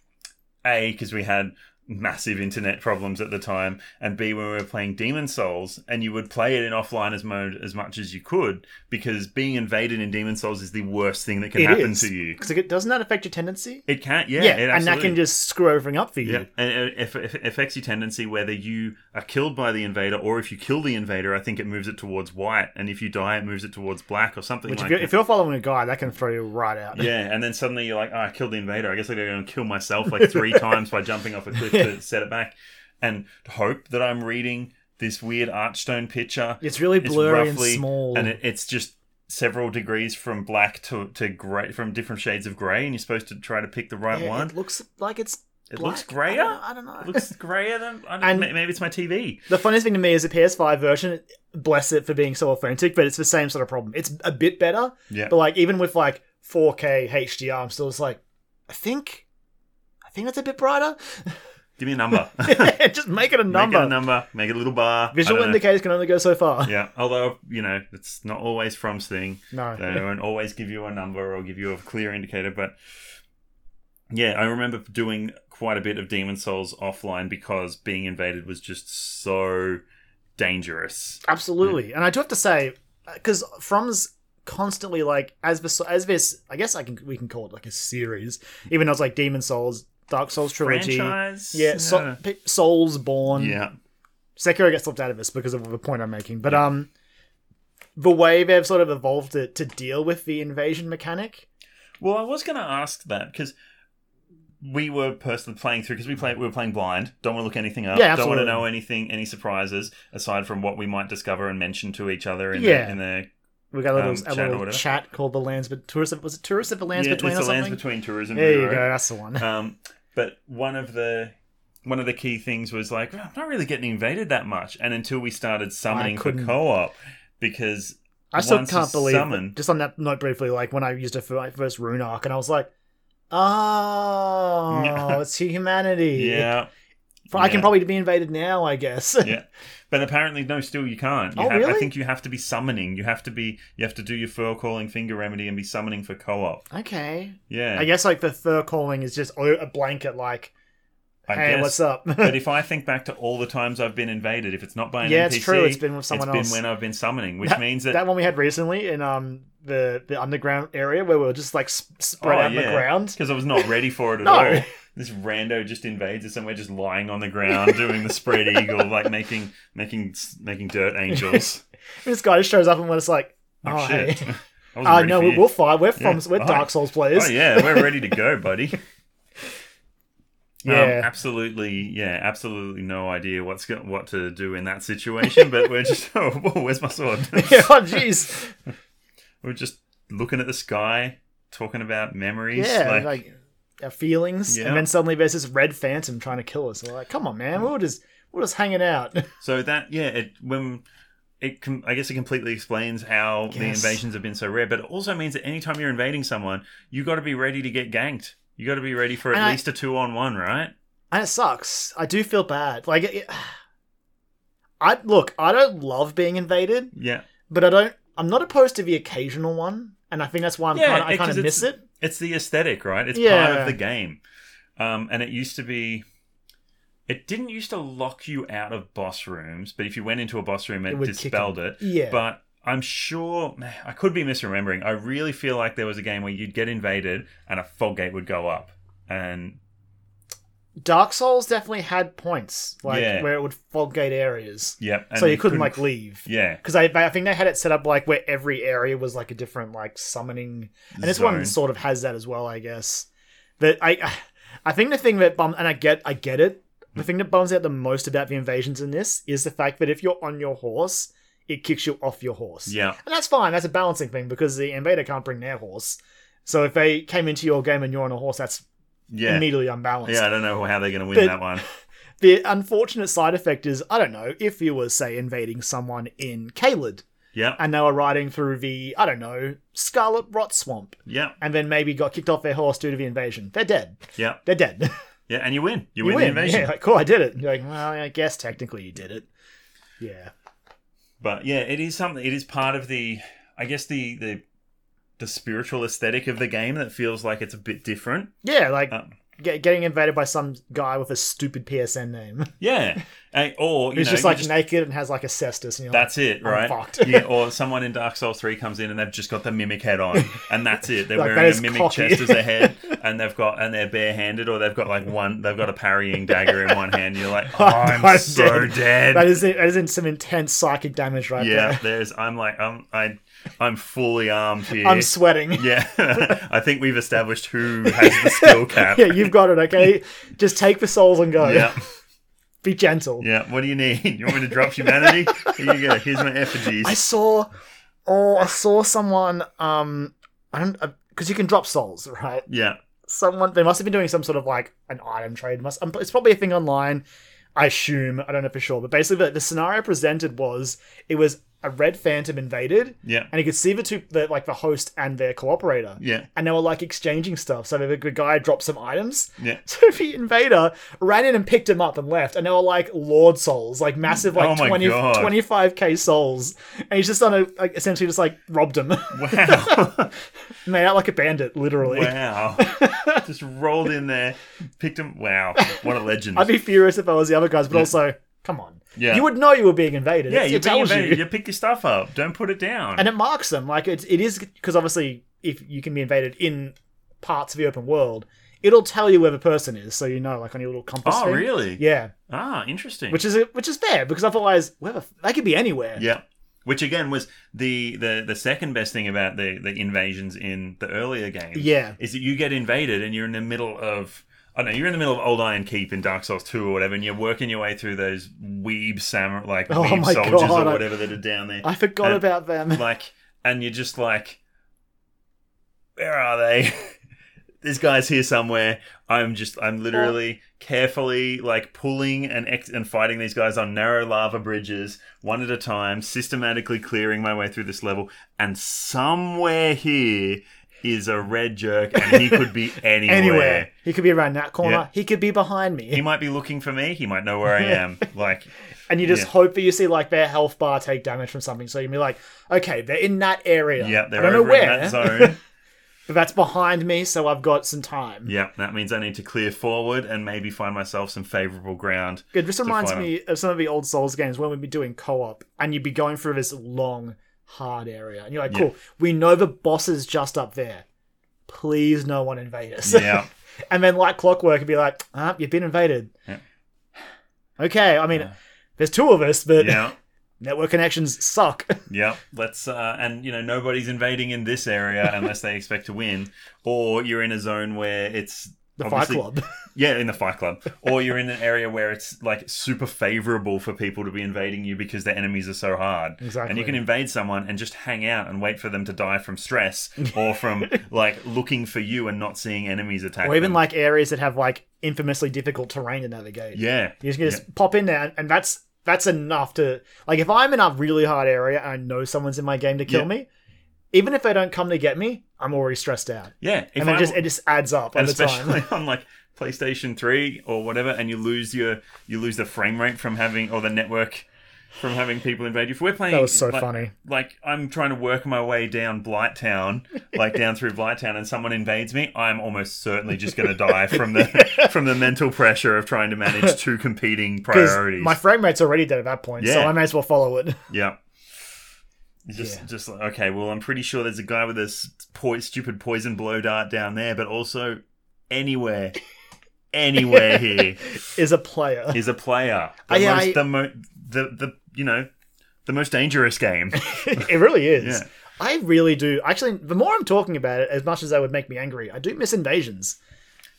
S3: a because we had massive internet problems at the time, and B when we were playing Demon Souls, and you would play it in offline as mode as much as you could because being invaded in Demon Souls is the worst thing that can
S2: It
S3: happen
S2: is.
S3: to you.
S2: Because it doesn't that affect your tendency?
S3: It can't, yeah, it
S2: and that
S3: absolutely-
S2: can just screw everything up for you.
S3: yeah, and it aff- aff- affects your tendency whether you are killed by the invader or if you kill the invader. I think it moves it towards white, and if you die, it moves it towards black or something
S2: Which,
S3: like
S2: if, you're,
S3: that.
S2: if you're following a guy, that can throw you right out.
S3: Yeah, and then suddenly you're like, oh, I killed the invader. I guess I'm going to kill myself like three times by jumping off a cliff to set it back and hope that I'm reading this weird archstone picture.
S2: It's really blurry and small.
S3: And it, it's just several degrees from black to, to grey, from different shades of grey, and you're supposed to try to pick the right
S2: Yeah,
S3: one.
S2: It looks like it's.
S3: It
S2: black.
S3: looks grayer?
S2: I don't, I don't know.
S3: It looks greyer than. I don't,
S2: And-
S3: ma- maybe it's my TV.
S2: The funniest thing to me is the PS5 version. Bless it for being so authentic, but it's the same sort of problem. It's a bit better,
S3: Yeah.
S2: but like even with like 4K HDR, I'm still just like, I think, I think that's a bit brighter.
S3: Give me a number.
S2: just make it a number.
S3: Make it a number. Make it a little bar. I
S2: Visual
S3: don't know.
S2: indicators can only go so far.
S3: Yeah, although, you know, it's not always from Sting.
S2: No.
S3: They won't always give you a number or give you a clear indicator, but yeah, I remember doing quite a bit of Demon Souls offline because being invaded was just so dangerous.
S2: Absolutely, and I do have to say, because From's constantly like as this, as this, I guess I can we can call it like a series, even though it's like Demon Souls, Dark Souls trilogy,
S3: Franchise,
S2: yeah, so, P- Souls Born,
S3: yeah,
S2: Sekiro gets left out of this because of the point I'm making, but um, the way they've sort of evolved it to deal with the invasion mechanic,
S3: Well, I was going to ask that because we were personally playing through because we played we were playing blind. Don't want to look anything up.
S2: Yeah,
S3: Don't want
S2: absolutely.
S3: to know anything, any surprises aside from what we might discover and mention to each other in
S2: Yeah.
S3: the in the
S2: we got a little,
S3: Um,
S2: a
S3: chat
S2: little
S3: or whatever.
S2: chat called the lands, but tourists was it tourists of the lands
S3: yeah,
S2: between
S3: it's
S2: or
S3: the lands
S2: something?
S3: between tourism.
S2: there you
S3: bureau.
S2: go, that's the one.
S3: um, but one of the one of the key things was like "Oh, I'm not really getting invaded that much, and until we started summoning for
S2: couldn't-
S3: co-op because
S2: I still
S3: once
S2: can't
S3: you
S2: believe.
S3: summon-
S2: Just on that note, briefly, like when I used it for my first rune arc, and I was like, "Oh, it's humanity."
S3: yeah,
S2: I can
S3: yeah.
S2: probably be invaded now, I guess.
S3: yeah. But apparently, no, still you can't. You
S2: Oh,
S3: have, I
S2: really?
S3: think you have to be summoning. You have to be. You have to do your fur calling finger remedy and be summoning for co-op.
S2: okay.
S3: Yeah,
S2: I guess like the fur calling is just oh, a blanket, like,
S3: I
S2: "Hey,
S3: guess.
S2: what's up?"
S3: but if I think back to all the times I've been invaded, if it's not by an
S2: Yeah,
S3: NPC,
S2: it's true, it's been with someone
S3: it's
S2: else.
S3: been when I've been summoning, which means that,
S2: that one we had recently in um the the underground area where we were just like sp- spread
S3: Oh,
S2: out on
S3: yeah.
S2: the ground.
S3: because I was not ready for it at
S2: No.
S3: all. This rando just invades us, and we're just lying on the ground doing the spread eagle, like making making making dirt angels.
S2: This guy just shows up and we're just like, "Oh,
S3: Oh, shit!
S2: hey."
S3: I wasn't
S2: Uh,
S3: ready
S2: no,
S3: for
S2: we-
S3: you.
S2: we'll fight. We're from
S3: Yeah.
S2: we're
S3: Oh.
S2: Dark Souls players.
S3: Oh yeah, we're ready to go, buddy. Um,
S2: Yeah.
S3: absolutely. Yeah, absolutely. No idea what's go- what to do in that situation, but we're just oh, whoa, where's my sword?
S2: oh jeez.
S3: we're just looking at the sky, talking about memories.
S2: Yeah,
S3: like,
S2: like, our feelings,
S3: Yeah.
S2: and then suddenly there's this red phantom trying to kill us. We're like, come on, man, we we're just we we're just hanging out.
S3: so that yeah, it when. It com- I guess it completely explains how the
S2: Yes.
S3: invasions have been so rare, but it also means that anytime you're invading someone, you got to be ready to get ganked. You got to be ready for at
S2: And I-
S3: least a two on one, right?
S2: and it sucks. I do feel bad. Like, it, I look, I don't love being invaded,
S3: Yeah.
S2: but I don't. I'm not opposed to the occasional one, and I think that's why I'm
S3: Yeah,
S2: kind of I
S3: it-
S2: kind
S3: 'cause
S2: of miss it.
S3: it's the aesthetic, right? It's part
S2: Yeah.
S3: of the game. Um, and it used to be, it didn't used to lock you out of boss rooms, but if you went into a boss room, it,
S2: It would kick
S3: dispelled it.
S2: Yeah.
S3: But I'm sure, I could be misremembering. I really feel like there was a game where you'd get invaded and a fog gate would go up. And
S2: Dark Souls definitely had points, like
S3: Yeah.
S2: where it would fog gate areas,
S3: yeah, and
S2: so you couldn't, like leave.
S3: yeah,
S2: Because I, I think they had it set up like where every area was like a different like summoning, and this
S3: Zone.
S2: one sort of has that as well, I guess. That I, I think the thing that bum and I get, I get it. The thing that bums out the most about the invasions in this is the fact that if you're on your horse, it kicks you off your horse.
S3: yeah,
S2: and that's fine. That's a balancing thing because the invader can't bring their horse. So if they came into your game and you're on a horse, that's
S3: yeah.
S2: immediately unbalanced.
S3: Yeah, I don't know how they're going to win
S2: But-
S3: that one.
S2: The unfortunate side effect is I don't know if you were say invading someone in Kaled
S3: Yeah,
S2: and they were riding through the, I don't know, Scarlet Rot Swamp,
S3: yeah,
S2: and then maybe got kicked off their horse due to the invasion. They're dead.
S3: yeah,
S2: They're dead.
S3: yeah, and you win. You,
S2: you
S3: win,
S2: win.
S3: the invasion.
S2: Yeah, like, cool, I did it. You're like, well, I guess technically you did it. Yeah.
S3: but yeah it is something it is part of the i guess the the the spiritual aesthetic of the game that feels like it's a bit different
S2: Yeah, like,
S3: Um,
S2: get, getting invaded by some guy with a stupid PSN name.
S3: Yeah. And- or you
S2: He's
S3: know,
S2: just
S3: you
S2: like naked and has like a cestus. And you're
S3: That's it,
S2: I'm
S3: right?
S2: fucked.
S3: yeah, or someone in Dark Souls 3 comes in and they've just got the mimic head on, and that's it. They're
S2: Like, that
S3: wearing
S2: is
S3: a mimic
S2: cocky.
S3: chest as a head, and they've got and they're barehanded, or they've got like one, they've got a parrying dagger in one hand. You're like, oh, I'm,
S2: I'm
S3: so
S2: dead.
S3: dead.
S2: like, that is that is in some intense psychic damage right
S3: yeah,
S2: there.
S3: there's. I'm like, I'm I, I'm fully armed here.
S2: I'm sweating.
S3: yeah, I think we've established who has the skill cap.
S2: yeah, you've got it. Okay, just take the souls and go.
S3: yeah,
S2: Be gentle.
S3: yeah. What do you need? You want me to drop humanity? Here you go. Here's my effigies.
S2: I saw, oh, I saw someone. Um, I don't because you can drop souls, right?
S3: yeah,
S2: Someone they must have been doing some sort of like an item trade. Must um, it's probably a thing online. I assume I don't know for sure, but basically the, the scenario presented was it was a red phantom invaded,
S3: yeah,
S2: and you could see the two the, like the host and their cooperator.
S3: yeah,
S2: And they were like exchanging stuff. So the the guy dropped some items,
S3: yeah.
S2: So the invader ran in and picked him up and left, and they were like Lord souls, like massive,
S3: Oh
S2: like
S3: my
S2: 20,
S3: God.
S2: 25k souls, and he's just on a like, essentially just like robbed him,
S3: Wow.
S2: made out like a bandit, literally.
S3: Wow. Just rolled in there, picked him. Wow. What a legend.
S2: I'd be furious if I was the other guys, but also, come on,
S3: Yeah.
S2: you would know you were being invaded.
S3: yeah,
S2: it,
S3: you
S2: it tells
S3: invaded.
S2: you,
S3: You. pick your stuff up. Don't put it down.
S2: and it marks them. Like it, it is because obviously, if you can be invaded in parts of the open world, it'll tell you where the person is, so you know, like on your little compass.
S3: oh,
S2: thing.
S3: really?
S2: Yeah,
S3: Ah, interesting.
S2: which is which is fair because otherwise, where the, f- they could be anywhere.
S3: yeah. Which again was the, the, the second best thing about the, the invasions in the earlier games.
S2: Yeah.
S3: Is that you get invaded and you're in the middle of. I don't know, you're in the middle of Old Iron Keep in Dark Souls 2 or whatever, and you're working your way through those weeb samurai, like
S2: Oh
S3: weeb
S2: my
S3: soldiers
S2: God, I-
S3: or whatever that are down there.
S2: I forgot
S3: And-
S2: about them.
S3: like and you're just like where are they this guy's here somewhere i'm just i'm literally carefully like pulling and ex- and fighting these guys on narrow lava bridges one at a time systematically clearing my way through this level and somewhere here is a red jerk and he could be anywhere,
S2: anywhere. He could be around that corner.
S3: Yeah.
S2: He could be behind me.
S3: he might be looking for me he might know where i am like
S2: and you just
S3: yeah.
S2: hope that you see like their health bar take damage from something. So you can be like, okay, they're in that area.
S3: yeah they're
S2: I don't
S3: over
S2: know where,
S3: in that zone
S2: but that's behind me, so I've got some time.
S3: yeah that means i need to clear forward and maybe find myself some favorable ground
S2: It just reminds
S3: find
S2: me of some of the old Souls games when we'd be doing co-op and you'd be going through this long, hard area, and you're like,
S3: Yeah.
S2: cool, we know the boss is just up there. Please, no one invade us.
S3: yeah
S2: and then like clockwork, it'd be like, ah, you've been invaded.
S3: Yeah.
S2: Okay, I mean,
S3: Yeah.
S2: there's two of us, but
S3: yeah
S2: network connections suck.
S3: yeah let's uh and you know nobody's invading in this area unless they expect to win or you're in a zone where it's
S2: the Fight
S3: obviously-
S2: Club.
S3: yeah in the fight club or you're in an area where it's like super favorable for people to be invading you because their enemies are so hard
S2: Exactly.
S3: and you can invade someone and just hang out and wait for them to die from stress or from like looking for you and not seeing enemies attack
S2: or even
S3: them.
S2: like areas that have like infamously difficult terrain to navigate.
S3: yeah
S2: You can just pop in there, and that's that's enough to like. If I'm in a really hard area and I know someone's in my game to kill
S3: Yeah.
S2: me, even if they don't come to get me, I'm already stressed out,
S3: yeah if
S2: and then
S3: I-
S2: just it just adds up
S3: and
S2: over time.
S3: especially on like PlayStation 3 or whatever, and you lose your you lose the frame rate from having or the network from having people invade you. If we're playing,
S2: That was so
S3: like,
S2: funny.
S3: Like I'm trying to work my way down Blight Town, like down through Blight Town, and someone invades me, I'm almost certainly just going to die from the from the mental pressure of trying to manage two competing
S2: Because
S3: priorities.
S2: my frame rate's already dead at that point, so
S3: Yeah.
S2: I may as well follow it.
S3: yeah. Just,
S2: Yeah.
S3: just like, okay. Well, I'm pretty sure there's a guy with this po- stupid poison blow dart down there, but also anywhere, anywhere here
S2: Is a player.
S3: is a player. The
S2: I-
S3: most,
S2: I-
S3: the, mo- the the you know, the most dangerous game.
S2: it really is.
S3: Yeah.
S2: I really do. Actually, the more I'm talking about it, as much as they would make me angry, I do miss invasions.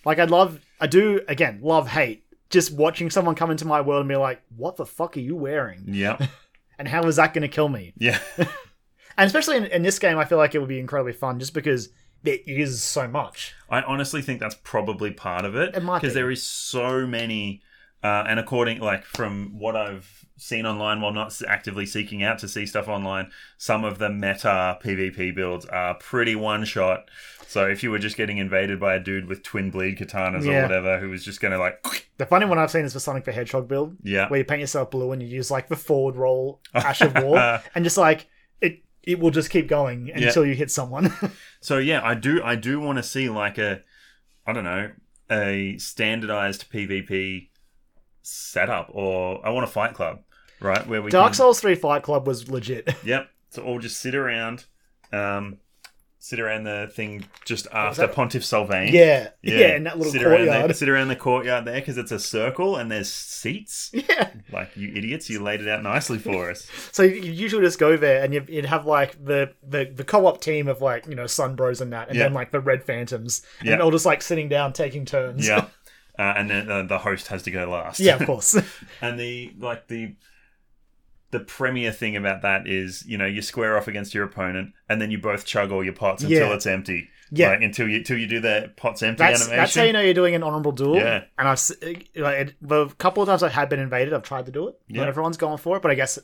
S2: Like I love, I do again love hate. Just watching someone come into my world and be like, "What the fuck are you wearing?
S3: yeah,
S2: And how is that going to kill me?"
S3: yeah,
S2: And especially in, in this game, I feel like it would be incredibly fun just because there is so much.
S3: I honestly think that's probably part of it
S2: It might
S3: because
S2: be.
S3: there is so many. Uh, and according, like from what I've seen online, while not s- actively seeking out to see stuff online, some of the meta PvP builds are pretty one shot. So if you were just getting invaded by a dude with twin bleed katanas
S2: Yeah.
S3: or whatever, who was just going to like,
S2: The funny one I've seen is the Sonic the Hedgehog build,
S3: yeah,
S2: where you paint yourself blue and you use like the forward roll ash of war, and just like it, it will just keep going until you hit someone.
S3: So yeah, I do I do want to see like a I don't know a standardized PvP setup, or I want a fight club, right? Where we
S2: Dark
S3: can- Eh?
S2: Souls 3 Fight Club was legit.
S3: Yep. So all just sit around, um, sit around the thing just after
S2: that?
S3: Pontiff Sylvain.
S2: yeah. Yeah, in that little
S3: sit Around the,
S2: courtyard.
S3: sit around the courtyard there because it's a circle and there's seats.
S2: yeah.
S3: Like you idiots, you laid it out nicely for us.
S2: So you you usually just go there and you- you'd have like the, the, the co-op team of like, you know, Sun Bros and that, and
S3: Yeah.
S2: then like the Red Phantoms, and
S3: Yeah.
S2: all just like sitting down taking turns.
S3: yeah. Uh, and then uh, the host has to go last.
S2: yeah, of course.
S3: and the like the the premier thing about that is you know you square off against your opponent and then you both chug all your pots until
S2: Yeah.
S3: it's empty
S2: Yeah.
S3: Like, until you until you do the pots empty
S2: That's,
S3: animation
S2: that's how you know you're doing an honorable duel.
S3: Yeah.
S2: And I've s- like it- the couple of times I have been invaded, I've tried to do it.
S3: Yeah.
S2: Not everyone's going for it, but I guess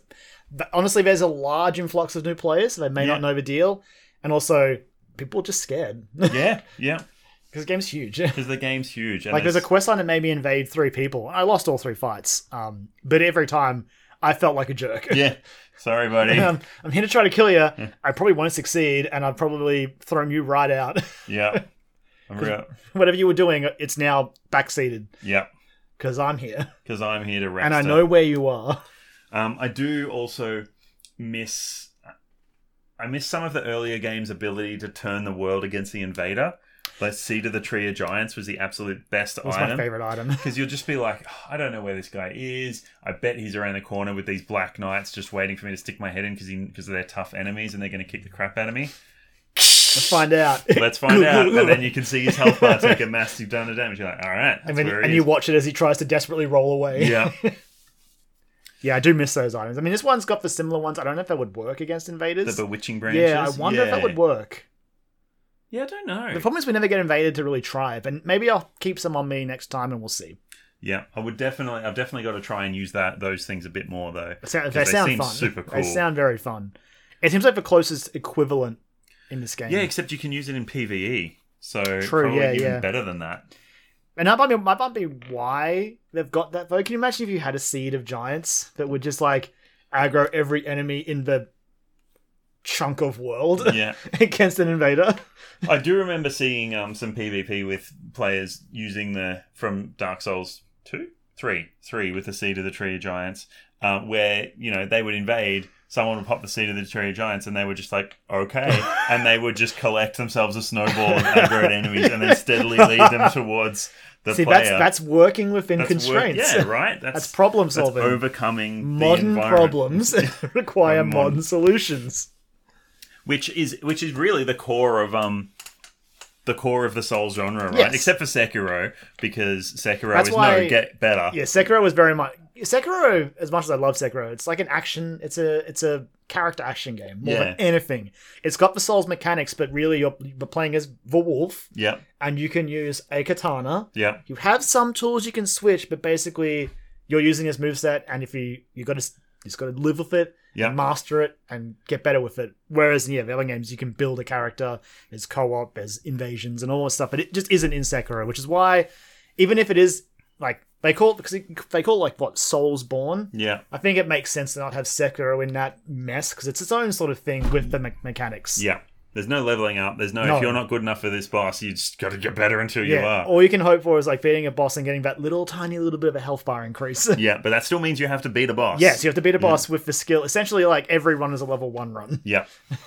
S2: but honestly, there's a large influx of new players, so they may
S3: Yeah.
S2: not know the deal, and also people are just scared because
S3: yeah yeah
S2: the game's huge.
S3: because the game's huge and
S2: like there's a
S3: it's-
S2: quest line that made me invade three people. I lost all three fights, um, but every time I felt like a jerk.
S3: yeah sorry buddy
S2: Um, I'm here to try to kill you. I probably won't succeed, and I've probably thrown you right out.
S3: yeah I'm real-
S2: Whatever you were doing, it's now backseated
S3: yeah
S2: because I'm here.
S3: because I'm here to rest
S2: and I
S3: up.
S2: know where you are.
S3: Um, I do also miss. I miss some of the earlier game's ability to turn the world against the invader. Like Seed of the Tree of Giants was the absolute best
S2: That was my
S3: item.
S2: favorite item.
S3: Because you'll just be like, "Oh, I don't know where this guy is. I bet he's around the corner with these black knights just waiting for me to stick my head in because because they're tough enemies and they're going to kick the crap out of me.
S2: Let's find out.
S3: Let's find out. And then you can see his health bar take a massive ton of damage. You're like, all right, that's
S2: and, then,
S3: where
S2: and
S3: he
S2: you
S3: is.
S2: watch it as he tries to desperately roll away.
S3: yeah,
S2: Yeah, I do miss those items. I mean, this one's got the similar ones. I don't know if that would work against
S3: the
S2: invaders.
S3: bewitching branches.
S2: Yeah, I wonder if that
S3: Yeah.
S2: would work.
S3: Yeah, I don't know.
S2: The problem is we never get invaded to really try it, but maybe I'll keep some on me next time and we'll see.
S3: Yeah, I would definitely. I've definitely got to try and use that those things a bit more though.
S2: They sound,
S3: 'Cause
S2: they sound
S3: seem
S2: fun.
S3: Super cool.
S2: They sound very fun. It seems like the closest equivalent in this game.
S3: yeah, except you can use it in PVE. So
S2: True,
S3: Probably
S2: yeah,
S3: even
S2: yeah.
S3: Better than that.
S2: And that might, be, that might be why they've got that though. Can you imagine if you had a seed of giants that would just like aggro every enemy in the chunk of world
S3: Yeah,
S2: against an invader?
S3: I do remember seeing um some PvP with players using the from Dark Souls two, three, three with the Seed of the Tree of Giants, uh, where you know they would invade. Someone would pop the seed of the tree of giants, and they were just like, "Okay," and they would just collect themselves a snowball of aggro enemies, and then steadily lead them towards the
S2: See,
S3: player.
S2: that's that's working within
S3: That's work-
S2: constraints.
S3: yeah, right.
S2: That's problem
S3: That's
S2: solving.
S3: overcoming the
S2: modern
S3: environment,
S2: problems require
S3: Modern-
S2: modern solutions.
S3: which is which is really the core of um the core of the Souls genre, right?
S2: Yes.
S3: Except for Sekiro, because Sekiro
S2: That's
S3: is
S2: why-
S3: no get better.
S2: Yeah, Sekiro was very much Sekiro. As much as I love Sekiro, it's like an action. It's a it's a character action game more
S3: Yeah.
S2: than anything. It's got the Souls mechanics, but really you're, you're playing as the wolf,
S3: Yep,
S2: and you can use a katana.
S3: yep,
S2: You have some tools you can switch, but basically you're using this moveset, and if you you got to you just got to live with it,
S3: yep.
S2: master it, and get better with it. Whereas in yeah, the other games you can build a character. There's co-op, there's invasions, and all this stuff, but it just isn't in Sekiro, which is why even if it is like they call it because they call it like what Souls Born.
S3: yeah,
S2: I think it makes sense to not have Sekiro in that mess because it's its own sort of thing with the me- mechanics.
S3: yeah. There's no leveling up. There's no,
S2: No.
S3: if you're not good enough for this boss, you just got to get better until you
S2: Yeah,
S3: are.
S2: all you can hope for is like beating a boss and getting that little tiny little bit of a health bar increase.
S3: yeah, but that still means you have to beat a boss.
S2: Yes, you have to beat a boss with the skill. Essentially, like every run is a level one run.
S3: Yep.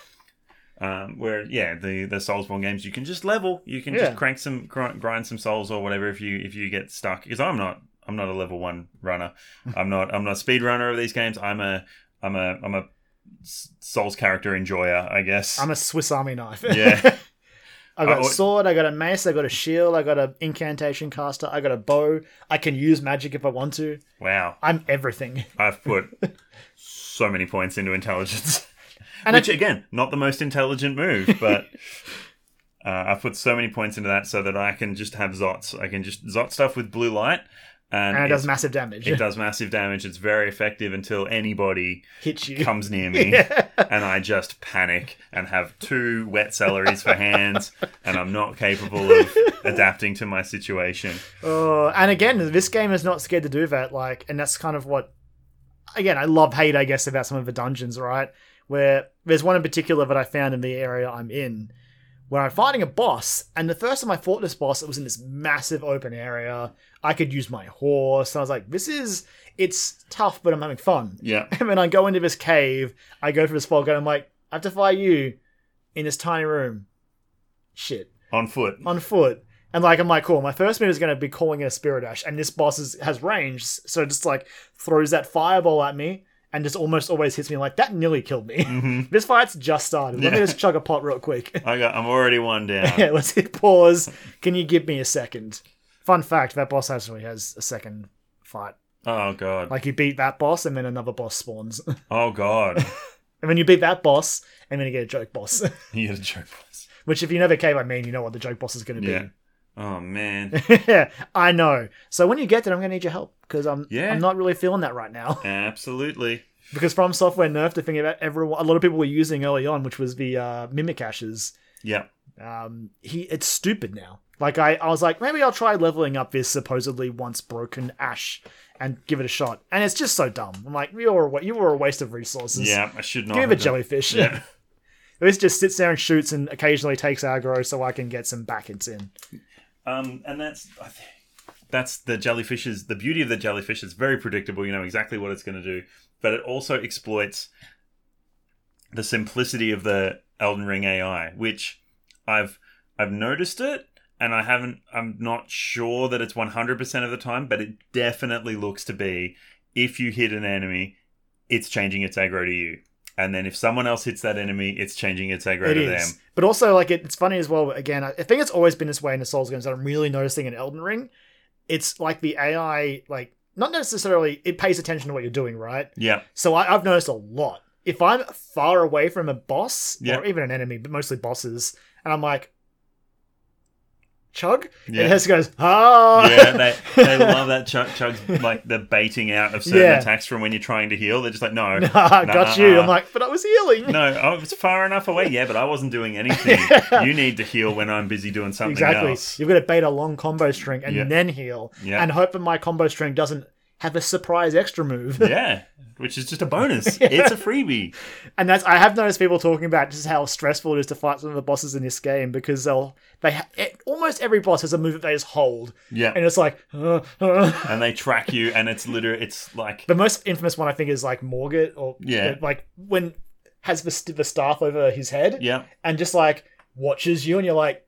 S3: Um, where yeah, the the Soulsborne games you can just level, you can
S2: Yeah.
S3: just crank some grind, grind some souls or whatever if you if you get stuck. Because I'm not I'm not a level one runner. I'm not I'm not a speed runner of these games. I'm a I'm a I'm a s- Souls character enjoyer, I guess.
S2: I'm a Swiss Army knife.
S3: yeah,
S2: I got
S3: I
S2: a
S3: al-
S2: sword, I got a mace, I got a shield, I got an incantation caster, I got a bow. I can use magic if I want to.
S3: wow.
S2: I'm everything.
S3: I've put so many points into intelligence,
S2: And
S3: which again, not the most intelligent move, but. Uh, I've put so many points into that so that I can just have Zots. I can just Zot stuff with blue light, and,
S2: And it
S3: it's-
S2: does massive damage.
S3: It does massive damage. It's very effective until anybody
S2: Hits you.
S3: comes near me, and I just panic and have two wet celeries for hands, and I'm not capable of adapting to my situation.
S2: Oh, and again, this game is not scared to do that. Like, and that's kind of what, again, I love hate, I guess, about some of the dungeons, right? Where there's one in particular that I found in the area I'm in, where I'm fighting a boss, and the first time I fought this boss, it was in this massive open area. I could use my horse, and I was like, this is it's tough, but I'm having fun.
S3: Yeah.
S2: And then I go into this cave, I go through this fog, and I'm like, I defy you in this tiny room. Shit.
S3: On foot.
S2: On foot. And like I'm like, cool, my first move is gonna be calling in a spirit dash, and this boss is, has range, so it just like throws that fireball at me and just almost always hits me like that nearly killed me. this fight's just started. Let
S3: Mm-hmm. Yeah.
S2: me just chug a pot real quick.
S3: I got, I'm already one down.
S2: yeah, let's hit pause. Can you give me a second? Fun fact, that boss actually has a second fight.
S3: Oh, God.
S2: Like you beat that boss and then another boss spawns.
S3: Oh, God.
S2: and then you beat that boss and then you get a joke boss.
S3: you got a joke, boss.
S2: Which if you never came, I mean you know what the joke boss is gonna
S3: Yeah.
S2: be.
S3: Oh, man.
S2: I know. So when you get there, I'm gonna need your help because I'm
S3: Yeah.
S2: I'm not really feeling that right now.
S3: Absolutely.
S2: because from software nerfed the thing about everyone, a lot of people were using early on, which was the uh, mimic ashes.
S3: Yeah.
S2: Um, he it's stupid now. Like I, I was like maybe I'll try leveling up this supposedly once broken ash and give it a shot, and it's just so dumb. I'm like you were a, wa- you were a waste of resources.
S3: Yeah. I should not.
S2: Give
S3: have
S2: him a
S3: done-
S2: jellyfish.
S3: Yeah.
S2: this just sits there and shoots and occasionally takes aggro so I can get some back hits in.
S3: Um, and that's I think that's the jellyfish's the beauty of the jellyfish. It's very predictable. You know exactly what it's going to do, but it also exploits the simplicity of the Elden Ring AI, which I've I've noticed it, and I haven't. I'm not sure that it's 100 percent of the time, but it definitely looks to be. If you hit an enemy, it's changing its aggro to you. And then if someone else hits that enemy, it's changing its aggro
S2: It
S3: to
S2: is.
S3: them.
S2: But also, like, it, it's funny as well. Again, I I think it's always been this way in the Souls games that I'm really noticing in Elden Ring. It's like the AI, like, not necessarily, it pays attention to what you're doing, right?
S3: Yeah.
S2: So I, I've noticed a lot. If I'm far away from a boss,
S3: Yeah.
S2: or even an enemy, but mostly bosses, and I'm like, chug?
S3: Yeah.
S2: It just goes, ah!
S3: yeah, they, they love that chug, chugs like the baiting out of certain
S2: Yeah.
S3: attacks from when you're trying to heal. They're just like,
S2: Nah,
S3: no, no,
S2: got you.
S3: nah,
S2: I'm
S3: nah.
S2: like, but I was healing.
S3: I was far enough away. Yeah, but I wasn't doing anything. You need to heal when I'm busy doing something
S2: Exactly.
S3: else.
S2: You've got to bait a long combo string and
S3: Yeah.
S2: then heal,
S3: Yeah.
S2: and hope that my combo string doesn't have a surprise extra move.
S3: Yeah, which is just a bonus. It's a freebie.
S2: and that's I have noticed people talking about just how stressful it is to fight some of the bosses in this game because they'll they ha- it, almost every boss has a move that they just hold,
S3: Yeah,
S2: and it's like. uh, uh.
S3: and they track you, and it's literally it's like
S2: The most infamous one I think is like Morgat or uh,
S3: Yeah.
S2: like when has the, st- the staff over his head
S3: yeah,
S2: and just like watches you and you're like,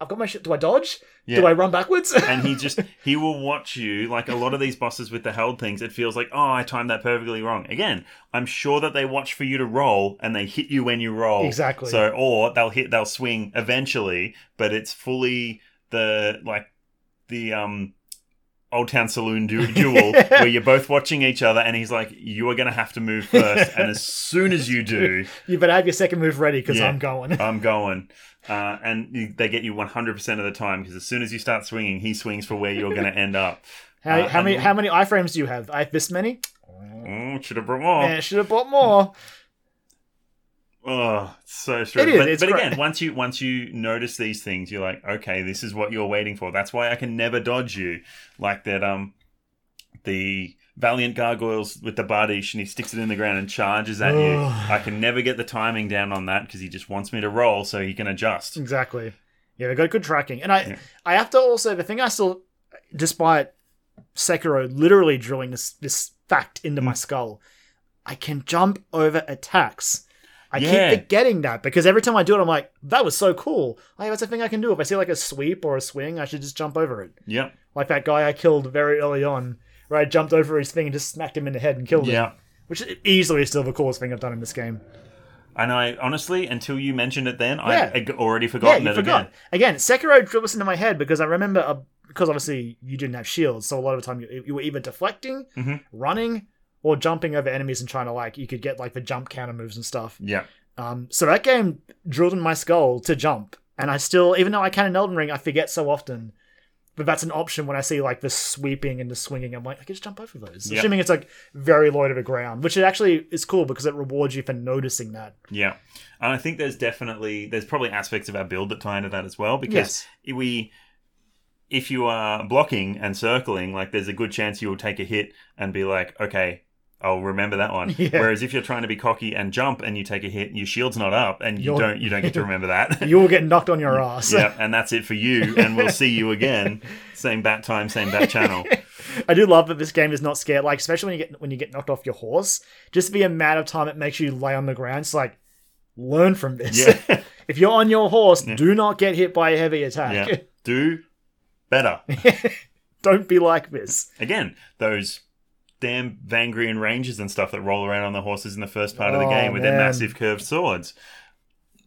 S2: I've got my shit. Do I dodge?
S3: Yeah.
S2: Do I run backwards?
S3: and he just he will watch you like a lot of these bosses with the held things it feels like oh i timed that perfectly wrong again i'm sure that they watch for you to roll and they hit you when you roll
S2: Exactly.
S3: so or they'll hit they'll swing eventually but it's fully the like the um Old Town Saloon du- duel, where you're both watching each other, and he's like, "You are going to have to move first, and as soon as you do,
S2: you better have your second move ready because
S3: Yeah.
S2: I'm going.
S3: I'm going. Uh, and you, they get you 100% of the time because as soon as you start swinging, he swings for where you're going to end up.
S2: How,
S3: Uh,
S2: how many
S3: and-
S2: how many iframes do you have? I have this many.
S3: Oh, should have brought more.
S2: Man, should have bought more.
S3: Oh, it's so strange.
S2: It is,
S3: But,
S2: it's
S3: but
S2: great.
S3: again, once you once you notice these things, you're like, okay, this is what you're waiting for. That's why I can never dodge you. Like that, um, the valiant gargoyles with the bardiche, and he sticks it in the ground and charges at you.
S2: Ugh.
S3: I can never get the timing down on that because he just wants me to roll so he can adjust.
S2: Exactly. Yeah, they got good tracking, and I
S3: Yeah.
S2: I have to also the thing I still, despite Sekiro literally drilling this this fact into
S3: Mm.
S2: my skull, I can jump over attacks. I
S3: Yeah.
S2: keep forgetting that because every time I do it, I'm like, that was so cool. Like, that's a thing I can do. If I see like a sweep or a swing, I should just jump over it.
S3: Yep.
S2: Like that guy I killed very early on, where I jumped over his thing and just smacked him in the head and killed him.
S3: Yeah.
S2: which is easily still the coolest thing I've done in this game.
S3: And I honestly, until you mentioned it, then
S2: Yeah.
S3: I had already
S2: Yeah,
S3: forgotten
S2: you
S3: it
S2: forgot.
S3: again.
S2: Again, Sekiro drilled this into my head because I remember uh, because obviously you didn't have shields, so a lot of the time you, you were either deflecting,
S3: Mhm.
S2: running, or jumping over enemies and trying to like you could get like the jump counter moves and stuff.
S3: Yeah.
S2: Um, so that game drilled in my skull to jump, and I still, even though I can in Elden Ring, I forget so often. But that's an option when I see like the sweeping and the swinging. I'm like, I can just jump over those,
S3: Yeah.
S2: assuming it's like very low to the ground, which it actually is cool because it rewards you for noticing that.
S3: Yeah, and I think there's definitely there's probably aspects of our build that tie into that as well because we, if you are blocking and circling, like there's a good chance you will take a hit and be like, okay, I'll remember that one.
S2: Yeah.
S3: Whereas if you're trying to be cocky and jump and you take a hit, your shield's not up, and you
S2: You're-
S3: don't you don't get to remember that.
S2: You will get knocked on your ass.
S3: yeah, and that's it for you. And we'll see you again, same bat time, same bat channel.
S2: I do love that this game is not scared. Like especially when you get when you get knocked off your horse, just the amount of time it makes you lay on the ground. It's like learn from this.
S3: Yeah,
S2: if you're on your horse, do not get hit by a heavy attack.
S3: yeah. Do better.
S2: Don't be like this.
S3: again those damn Vangrian rangers and stuff that roll around on the horses in the first part of the
S2: Oh,
S3: game with their
S2: man.
S3: massive curved swords.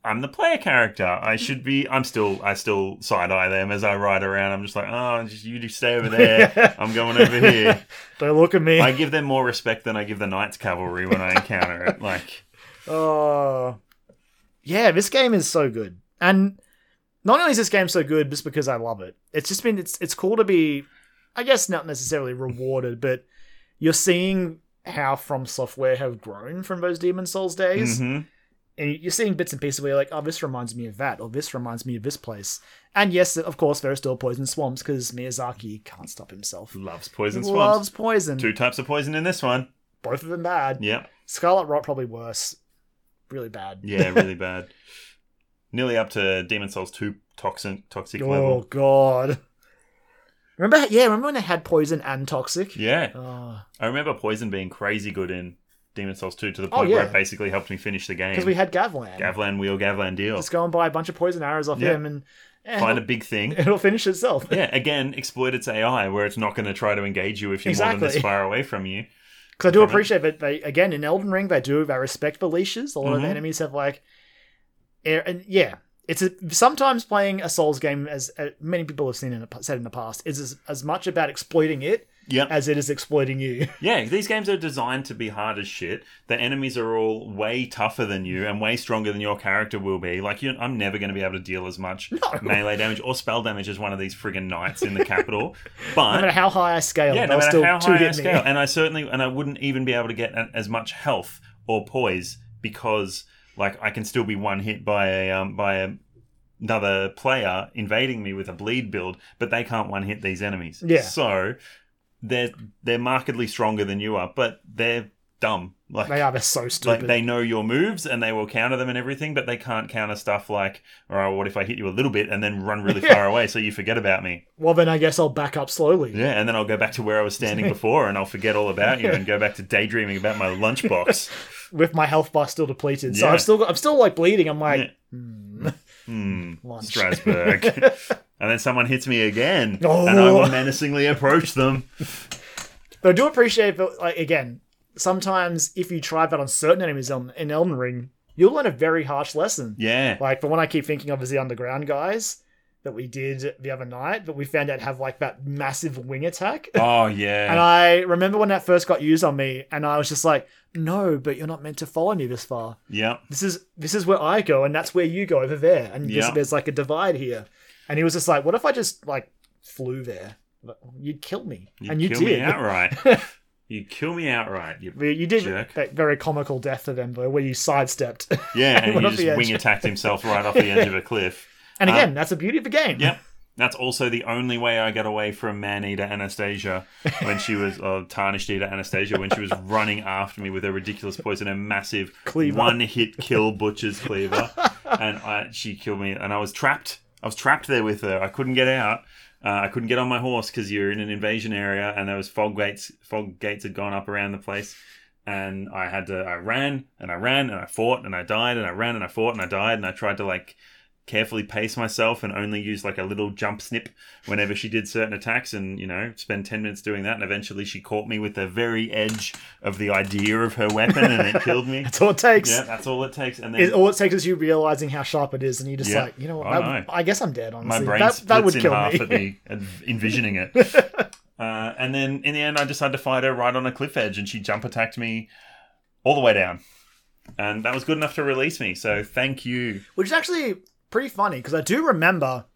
S3: I'm the player character. I should be. I'm still. I still side eye them as I ride around. I'm just like, oh, just you just stay over there. I'm going over here.
S2: Don't look at me.
S3: I give them more respect than I give the knights cavalry when I encounter it. Like,
S2: Oh, yeah, this game is so good, and not only is this game so good, just because I love it. It's just been it's it's cool to be, I guess, not necessarily rewarded, but you're seeing how From Software have grown from those Demon Souls days,
S3: mhm.
S2: and you're seeing bits and pieces where you're like, oh, this reminds me of that, or this reminds me of this place, and yes, of course, there are still poison swamps because Miyazaki can't stop himself.
S3: loves poison swamps.
S2: Loves poison.
S3: Two types of poison in this one.
S2: Both of them bad.
S3: Yep.
S2: Scarlet Rot probably worse. Really bad.
S3: Yeah, really bad. Nearly up to Demon Souls two toxin toxic
S2: Oh
S3: level.
S2: god. Remember yeah, remember when they had poison and toxic? Ah,
S3: Yeah.
S2: Because
S3: I remember Poison being crazy good in Demon Souls 2 to the
S2: Oh,
S3: point where
S2: yeah.
S3: it basically helped me finish the game.
S2: we had Gavlan.
S3: Gavlan wheel, Gavlan deal.
S2: Just go and buy a bunch of poison arrows off
S3: Yeah.
S2: him and eh,
S3: Find a big thing.
S2: it'll finish itself.
S3: Yeah, again, exploit its AI where it's not going to try to engage you if you're more than
S2: Exactly.
S3: this far away from you.
S2: Because I do appreciate that they again in Elden Ring they do they respect the leashes. A lot of the
S3: Mhm.
S2: enemies have like, air, and yeah, it's a, sometimes playing a Souls game as uh, many people have seen in the, pa- said in the past is as, as much about exploiting it
S3: Yep.
S2: as it is exploiting you.
S3: Yeah, these games are designed to be hard as shit. The enemies are all way tougher than you and way stronger than your character will be. Like, you I'm never going to be able to deal as much melee damage or spell damage as one of these friggin' knights in the capital. But
S2: No matter how high I scale,
S3: yeah,
S2: they'll
S3: no matter
S2: still
S3: how
S2: two
S3: high I
S2: hit me.
S3: scale, and I certainly and I wouldn't even be able to get a- as much health or poise because like I can still be one hit by a um, by a, another player invading me with a bleed build, but they can't one hit these enemies.
S2: Yeah.
S3: so they're they're markedly stronger than you are, but they're dumb. Like
S2: They are. They're so
S3: like
S2: stupid.
S3: they know your moves and they will counter them and everything, but they can't counter stuff like, all right, what if I hit you a little bit and then run really
S2: Yeah.
S3: far away so you forget about me?
S2: well, then I guess I'll back up slowly.
S3: Yeah, and then I'll go back to where I was standing before and I'll forget all about you and go back to daydreaming about my lunchbox.
S2: with my health bar still depleted. So
S3: Yeah.
S2: I've still got, I'm still like bleeding. I'm like,
S3: Yeah.
S2: hmm,
S3: Hmm,
S2: lunch.
S3: Strasbourg. and then someone hits me again
S2: Oh.
S3: and I will menacingly approach them.
S2: But I do appreciate that, like, again, sometimes if you try that on certain enemies on- in Elden Ring, you'll learn a very harsh lesson.
S3: Yeah.
S2: Like, the one I keep thinking of is the underground guys that we did the other night that we found out have like that massive wing attack.
S3: Oh,
S2: And
S3: yeah.
S2: I remember when that first got used on me, and I was just like, "No, but you're not meant to follow me this far.
S3: Yep.
S2: this is this is where I go, and that's where you go over there, and this-
S3: Yeah.
S2: there's like a divide here. And he was just like, "What if I just like flew there? Like, You'd kill me."
S3: You
S2: and you
S3: kill
S2: did.
S3: me outright. you kill me outright. You-
S2: You you did
S3: Jerk.
S2: that very comical death of them, though, where you sidestepped.
S3: yeah,
S2: went
S3: and
S2: off
S3: he
S2: the
S3: just
S2: edge.
S3: wing attacked himself right off the edge of a cliff.
S2: and again, that's the beauty of the game.
S3: Yep. That's also the only way I got away from Man Eater Anastasia when she was, or Tarnished Eater Anastasia, when she was running after me with her ridiculous poison and massive
S2: Cleaver.
S3: one hit kill butcher's cleaver. and I, she killed me, and I was trapped. I was trapped there with her. I couldn't get out. Uh, I couldn't get on my horse because you're in an invasion area, and there was fog gates. Fog gates had gone up around the place, and I had to. I ran and I ran and I fought and I died and I ran and I fought and I died and I tried to like carefully pace myself and only use like a little jump snip whenever she did certain attacks and you know spend 10 minutes doing that and eventually she caught me with the very edge of the idea of her weapon and it killed me
S2: That's all it takes.
S3: yeah that's all it takes and then
S2: It, all it takes is you realizing how sharp it is, and you just
S3: Yeah.
S2: like, you know what?
S3: Oh,
S2: that-
S3: no.
S2: I guess I'm dead.
S3: my
S2: Honestly,
S3: brain
S2: that,
S3: splits
S2: that would
S3: in
S2: kill
S3: half
S2: me.
S3: at the at envisioning it. uh, and then in the end, I decided to fight her right on a cliff edge, and she jump attacked me all the way down, and that was good enough to release me. So thank you.
S2: which is actually pretty funny because I do remember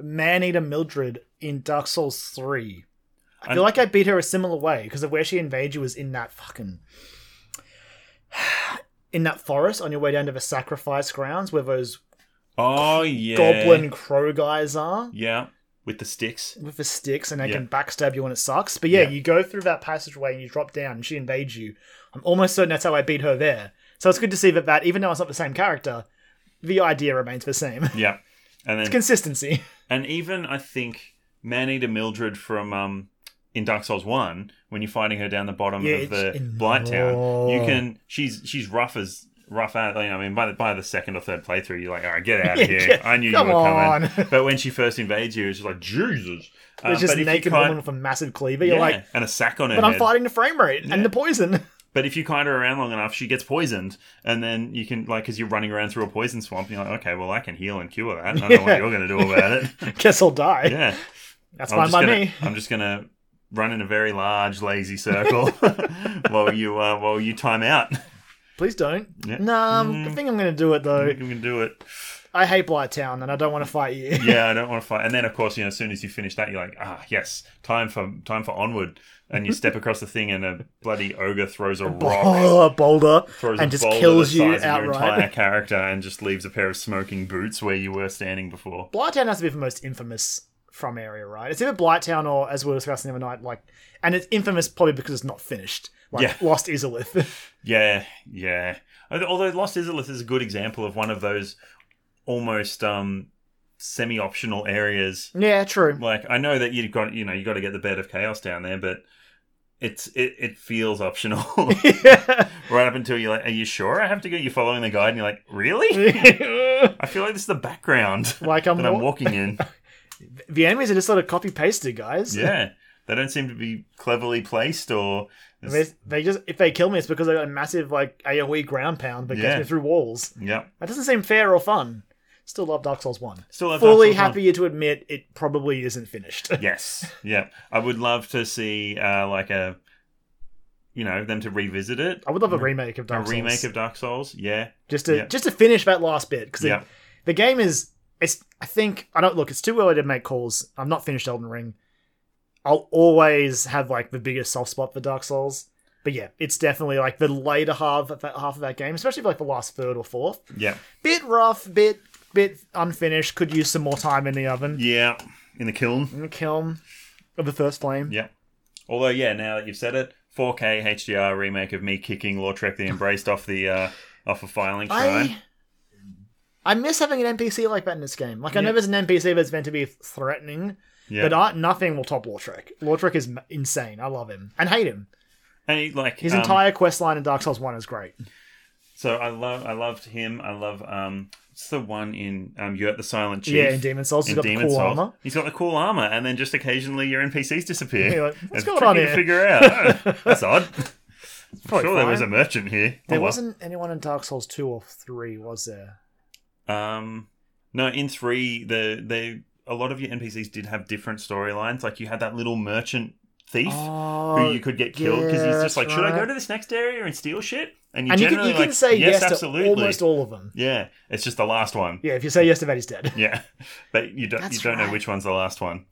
S2: Man Eater Mildred in Dark Souls Three. I feel
S3: I'm-
S2: like I beat her a similar way because of where she invaded you was in that fucking in that forest on your way down to the sacrifice grounds where those
S3: Oh yeah,
S2: goblin crow guys are.
S3: Yeah, with the sticks.
S2: with the sticks and they
S3: Yeah.
S2: can backstab you when it sucks. But yeah,
S3: Yeah.
S2: you go through that passageway and you drop down and she invades you. I'm almost certain that's how I beat her there. So it's good to see that, that even though it's not the same character, the idea remains the same.
S3: Yeah, and then
S2: Consistency.
S3: and even I think Maneater Mildred from um in Dark Souls One when you're fighting her down the bottom
S2: Yeah,
S3: of the
S2: it's in-
S3: Blight Town, you
S2: Oh.
S3: can she's she's rough as rough out. You know, I mean, by the by the second or third playthrough, you're like, all right, get out
S2: Yeah,
S3: of here.
S2: get-
S3: I knew you
S2: come
S3: were coming.
S2: on.
S3: But when she first invades you, it's just like Jesus. Um,
S2: It's just
S3: but if you
S2: naked
S3: can't-
S2: woman with a massive cleaver. You're
S3: yeah,
S2: like,
S3: and a sack on her
S2: but I'm
S3: head.
S2: fighting the frame rate and the poison.
S3: But if you kite her around long enough, she gets poisoned, and then you can like because you're running around through a poison swamp. And you're like, okay, well I can heal and cure that. and I don't know
S2: Yeah.
S3: what you're going to do about it.
S2: Guess I'll die.
S3: Yeah,
S2: that's
S3: I'm
S2: fine
S3: just
S2: by
S3: gonna,
S2: me.
S3: I'm just gonna run in a very large lazy circle while you uh, while you time out.
S2: Please don't.
S3: Yeah. Mm.
S2: No, I think I'm going to do it though.
S3: You can do it.
S2: I hate Blight Town and I don't want to fight you.
S3: Yeah, I don't want to fight. And then of course, you know, as soon as you finish that, you're like, ah, yes, time for time for onward. And you step across the thing, and a bloody ogre throws a rock.
S2: Oh, boulder
S3: throws
S2: and
S3: a
S2: just
S3: boulder
S2: kills
S3: the size
S2: you
S3: of your entire
S2: outright.
S3: character and just leaves a pair of smoking boots where you were standing before.
S2: Blighttown has to be the most infamous from area, right? It's either Blighttown or, as we were discussing the other night, like, and it's infamous probably because it's not finished. Like
S3: Yeah.
S2: Lost Isolith.
S3: Yeah, yeah. Al- Although Lost Isolith is a good example of one of those almost um, semi-optional areas.
S2: yeah, true.
S3: Like I know that you've got you know you got to get the bed of chaos down there, but it's it, it feels optional right up until you're like, are you sure I have to go? You're following the guide, and you're like, really? I feel like this is the background
S2: like I'm,
S3: that I'm
S2: wa-
S3: walking in.
S2: the enemies are just sort of copy pasted, guys.
S3: Yeah. They don't seem to be cleverly placed or
S2: They, they just if they kill me, it's because I got a massive like AOE ground pound that
S3: Yeah.
S2: gets me through walls.
S3: Yeah.
S2: That doesn't seem fair or fun. Still love Dark Souls One.
S3: Still have
S2: Fully
S3: Dark Souls
S2: happy to admit it probably isn't finished.
S3: one. Yes. Yeah. I would love to see uh, like a you know, them to revisit it.
S2: I would love a remake of Dark
S3: A
S2: Souls.
S3: remake of Dark Souls. Yeah.
S2: just to
S3: Yeah.
S2: just to finish that last bit because
S3: Yeah.
S2: the game is it's I think I don't look it's too early to make calls. I'm not finished Elden Ring. I'll always have like the biggest soft spot for Dark Souls, but yeah, it's definitely like the later half of that, half of that game, especially for like the last third or fourth.
S3: Yeah.
S2: Bit rough, bit bit unfinished. Could use some more time in the oven,
S3: Yeah. In the kiln.
S2: in the kiln of the first flame.
S3: Yeah. Although yeah, now that you've said it, 4K HDR remake of me kicking Lautrec the Embraced off the uh off a filing shrine.
S2: I I miss having an NPC like that in this game. Like I
S3: Yeah.
S2: know there's an NPC that's meant to be threatening,
S3: yeah.
S2: But I, nothing will top Lautrec. Lautrec is m- insane. I love him and hate him.
S3: and he, like
S2: His
S3: um,
S2: entire quest line in Dark Souls One is great.
S3: So I love I loved him. I love um it's the one in um You're the Silent Chief.
S2: Yeah, in Demon Souls, he's
S3: in
S2: got the
S3: Demon's
S2: cool
S3: Souls. Oh,
S2: armor.
S3: He's got the cool armor, and then just occasionally your NPCs disappear.
S2: You're like, what's
S3: it's
S2: going
S3: tricky
S2: on
S3: to
S2: here?
S3: figure out. Oh, that's odd. I'm
S2: Probably
S3: sure there was a
S2: fine.
S3: merchant here.
S2: There
S3: Oh, well.
S2: wasn't anyone in Dark Souls Two or Three, was there?
S3: Um, no, in three, the they a lot of your NPCs did have different storylines. Like you had that little merchant thief.
S2: Oh,
S3: Who you could get killed because he's
S2: yes,
S3: just like, should I go
S2: right.
S3: to this next area and steal shit? you
S2: and you can,
S3: generally
S2: you can
S3: like,
S2: say yes,
S3: absolutely.
S2: to almost all of them.
S3: yeah, it's just the last one.
S2: Yeah, if you say yes to that, he's dead.
S3: Yeah, but you don't you
S2: That's
S3: don't know
S2: right.
S3: which one's the last one.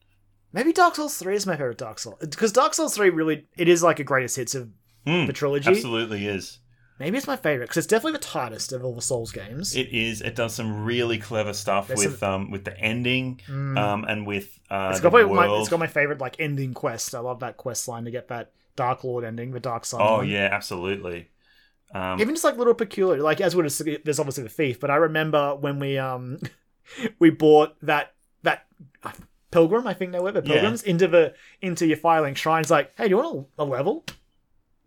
S2: Maybe Dark Souls Three is my favorite Dark Souls because Dark Souls Three really it is like a greatest hits of
S3: Hmm,
S2: the trilogy.
S3: absolutely is.
S2: Maybe it's my favorite because it's definitely the tightest of all the Souls games.
S3: It is. It does some really clever stuff
S2: There's
S3: with um with the ending
S2: Mm.
S3: um and with uh
S2: It's
S3: the
S2: got, my, my-
S3: world.
S2: it's got my favorite like ending quest. I love that quest line to get that Dark Lord ending, the Dark Sun.
S3: oh
S2: one.
S3: yeah, absolutely. Um,
S2: Even just like little peculiar, like as we were there's obviously the thief, but I remember when we um we bought that that uh, pilgrim, I think they were the
S3: Yeah.
S2: pilgrims into the into your filing shrines. Like, hey, do you want a, a level?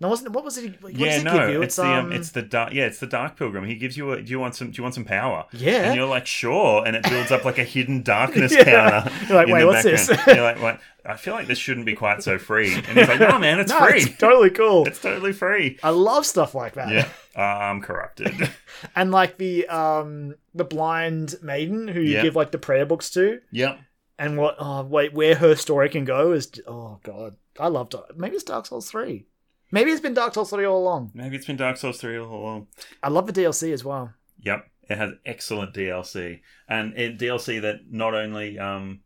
S2: No, wasn't what was it? What does
S3: yeah,
S2: it
S3: no,
S2: give you?
S3: it's, the um, it's the dark yeah, it's the dark pilgrim. He gives you a do you want some do you want some power?
S2: yeah.
S3: And you're like, sure, and it builds up like a hidden darkness
S2: Yeah.
S3: counter.
S2: You're like,
S3: in
S2: wait,
S3: the
S2: what's this?
S3: background. You're like, what? I feel like this shouldn't be quite so free. And he's like, no, man, it's
S2: no,
S3: free.
S2: it's totally cool.
S3: it's totally free.
S2: I love stuff like that.
S3: Yeah, I'm corrupted.
S2: And like the um the blind maiden who you
S3: Yeah.
S2: give like the prayer books to.
S3: yep.
S2: and what oh wait where her story can go is oh god i loved it maybe it's dark souls 3 maybe it's been dark souls 3 all along
S3: Maybe it's been Dark Souls 3 all along.
S2: i love the dlc as well
S3: Yep. It has excellent DLC. And it, DLC that not only, um,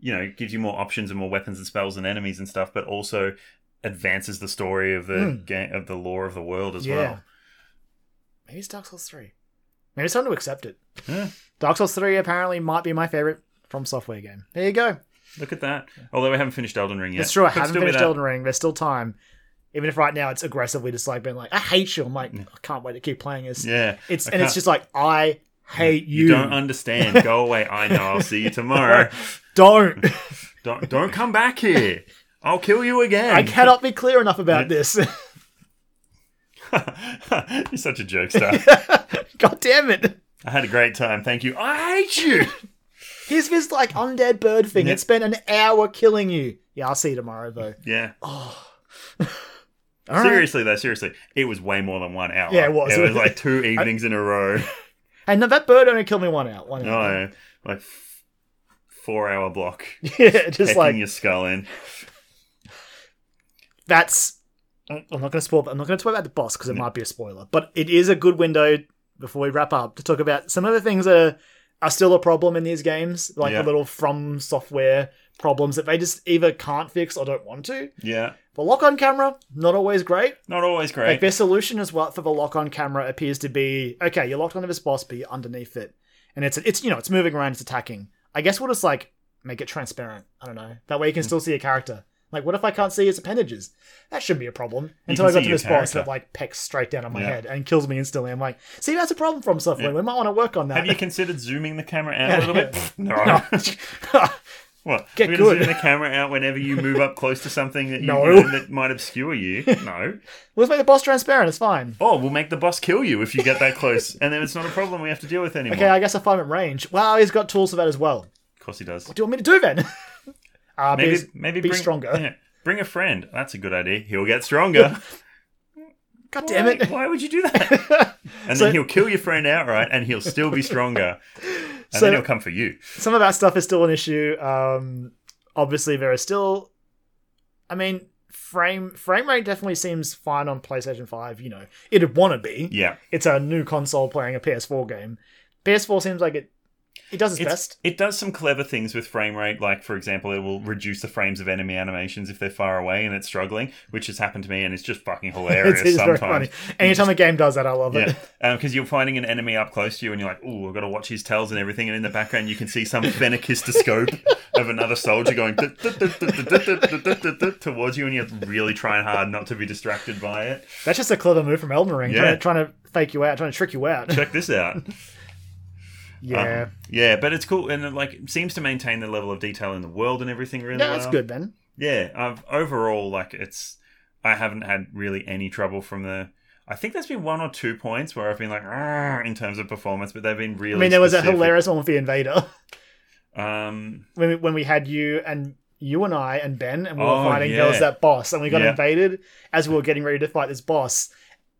S3: you know, gives you more options and more weapons and spells and enemies and stuff, but also advances the story of the
S2: Mm.
S3: game, of the lore of the world as
S2: Yeah.
S3: well.
S2: maybe it's dark souls 3 maybe it's time to accept it
S3: Yeah.
S2: dark souls 3 apparently might be my favorite from software game there you go
S3: Look at that. Although we haven't finished Elden Ring yet.
S2: That's true. I
S3: Could
S2: haven't
S3: still be
S2: finished
S3: that.
S2: Elden Ring. There's still time. Even if right now it's aggressively just like being like, I hate you. I'm like, I can't wait to keep playing this.
S3: Yeah.
S2: It's
S3: I
S2: and it's
S3: can't-
S2: just like I hate you.
S3: You don't understand. Go away. I know. I'll see you tomorrow.
S2: Don't.
S3: Don't don't come back here. I'll kill you again.
S2: I cannot be clear enough about this.
S3: You're such a jokester.
S2: God damn it.
S3: I had a great time. Thank you. I hate you.
S2: Here's this like undead bird thing.
S3: Yeah.
S2: It spent an hour killing you. Yeah, I'll see you tomorrow though.
S3: Yeah.
S2: All right.
S3: seriously though, seriously, it was way more than one hour.
S2: Yeah, it was.
S3: It was like two evenings in a row.
S2: And no, that bird only killed me one out. One out.
S3: No, like f- four hour block.
S2: yeah, just
S3: Pecking
S2: like
S3: your skull in.
S2: that's. I'm not going to spoil. I'm not going to talk about the boss because it might be a spoiler. But it is a good window before we wrap up to talk about some of the things that are, are still a problem in these games, like
S3: Yeah.
S2: the little from software problems that they just either can't fix or don't want to.
S3: Yeah.
S2: The lock on camera not always great.
S3: Not always
S2: Like
S3: great.
S2: their solution as well for the lock on camera appears to be okay. You're locked onto this boss, but you're underneath it, and it's it's you know it's moving around, it's attacking. I guess we'll just like make it transparent. I don't know. That
S3: Hmm.
S2: way you can still see your character. Like, what if I can't see its appendages? That shouldn't be a problem. Until
S3: can
S2: I got
S3: see
S2: to
S3: your
S2: this boss
S3: character.
S2: that like pecks straight down on my
S3: Yeah.
S2: head and kills me instantly. I'm like, see, that's a problem from software.
S3: Yeah.
S2: We might want to work on that.
S3: Have you considered zooming the camera out a little bit? Pfft, no.
S2: no,
S3: What?
S2: Get
S3: We're gonna
S2: good.
S3: zoom the camera out whenever you move up close to something that you
S2: No.
S3: that might obscure you. No.
S2: let's make the boss transparent. It's fine.
S3: Oh, we'll make the boss kill you if you get that close, and then it's not a problem we have to deal with anymore.
S2: Okay, I guess if I'm at range, wow, he's got tools for that as well.
S3: Of course he does.
S2: What do you want me to do then? uh,
S3: Maybe
S2: because-
S3: maybe
S2: be
S3: bring,
S2: stronger.
S3: yeah, bring a friend. That's a good idea. He'll get stronger.
S2: God damn it.
S3: Why, why would you do that? And
S2: So-
S3: then he'll kill your friend outright, and he'll still be stronger. And
S2: So-
S3: then he'll come for you.
S2: some of that stuff is still an issue. Um, obviously, there are still, I mean, frame frame rate definitely seems fine on PlayStation Five. You know, it'd want to be.
S3: Yeah,
S2: It's a new console playing a PS4 game. PS4 seems like it it does its,
S3: It's-
S2: best.
S3: it does some clever things with frame rate. Like for example, it will reduce the frames of enemy animations if they're far away and it's struggling, which has happened to me, and it's just fucking hilarious
S2: It's, it's very
S3: sometimes.
S2: funny. Anytime a game does that, I love it.
S3: Yeah, because you're finding an enemy up close to you, and you're like, "Ooh, I've got to watch his tails and everything." And in the background, you can see some fenakistoscope of another soldier going "Dut, dut, dut, dut, dut, dut, dut, dut, dut, dut," towards you, and you're really trying hard not to be distracted by it.
S2: That's just a clever move from Elden Ring, trying,
S3: Yeah.
S2: to, trying to fake you out, trying to trick you out.
S3: Check this out.
S2: yeah,
S3: Um, yeah, but it's cool, and it, like it seems to maintain the level of detail in the world and everything really.
S2: no, that's
S3: well.
S2: good then.
S3: Yeah, I've, overall, like it's, I haven't had really any trouble from the. I think there's been one or two points where I've been like, "Argh," in terms of performance, but they've been really.
S2: I mean, there was a
S3: specific.
S2: hilarious one with the Invader
S3: Um,
S2: when we, when we had you and you and I and Ben and we were
S3: Oh,
S2: fighting there was
S3: yeah.
S2: that boss and we got
S3: Yeah.
S2: invaded as we were getting ready to fight this boss.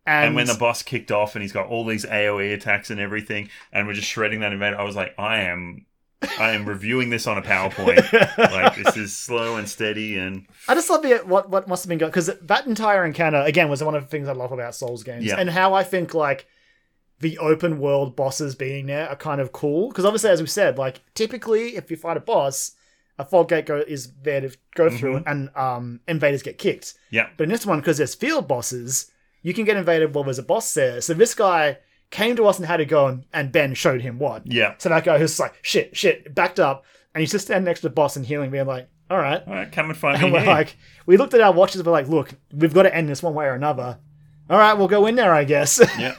S2: And,
S3: And when the boss kicked off and he's got all these AoE attacks and everything, and we're just shredding that invader, I was like, I am I am reviewing this on a PowerPoint. like this is slow and steady and
S2: I just love the what what must have been going because that entire encounter again was one of the things I love about Souls games
S3: Yeah.
S2: and how I think like the open world bosses being there are kind of cool because obviously as we said like typically if you fight a boss a fog gate go- is there to go through and um invaders get kicked
S3: Mm-hmm. yeah.
S2: But in this one, because there's field bosses, you can get invaded while there's a boss there. So this guy came to us and had a go, and, and Ben showed him what.
S3: Yeah.
S2: So that guy who's like, shit, shit, backed up, and he's just standing next to the boss and healing, being like, all right.
S3: All right, uh, come and find me.
S2: And we're
S3: here.
S2: like, we looked at our watches, we're like, look, we've got to end this one way or another. All right, we'll go in there, I guess.
S3: yeah.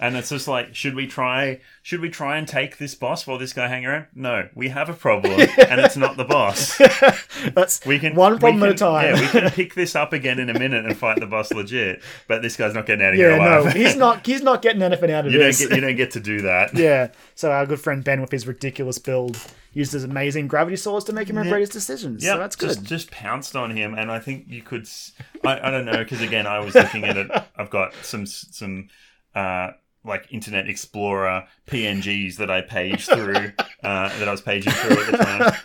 S3: And it's just like, should we try should we try and take this boss while this guy hang around? No, we have a problem and it's not the boss.
S2: That's
S3: We can
S2: one
S3: we
S2: problem at a
S3: can-
S2: time.
S3: Yeah, we can pick this up again in a minute and fight the boss legit. But this guy's not getting out of
S2: Yeah,
S3: here alive.
S2: no, he's not. He's not getting anything out of
S3: you don't
S2: this.
S3: get you don't get to do that.
S2: yeah. So our good friend Ben, with his ridiculous build, used his amazing gravity swords to make him regret his decisions. so that's good.
S3: Just, just pounced on him, and I think you could. s- I, I don't know because again, I was looking at it. I've got some some uh, like Internet Explorer PNGs that I paged through uh, that I was paging through at the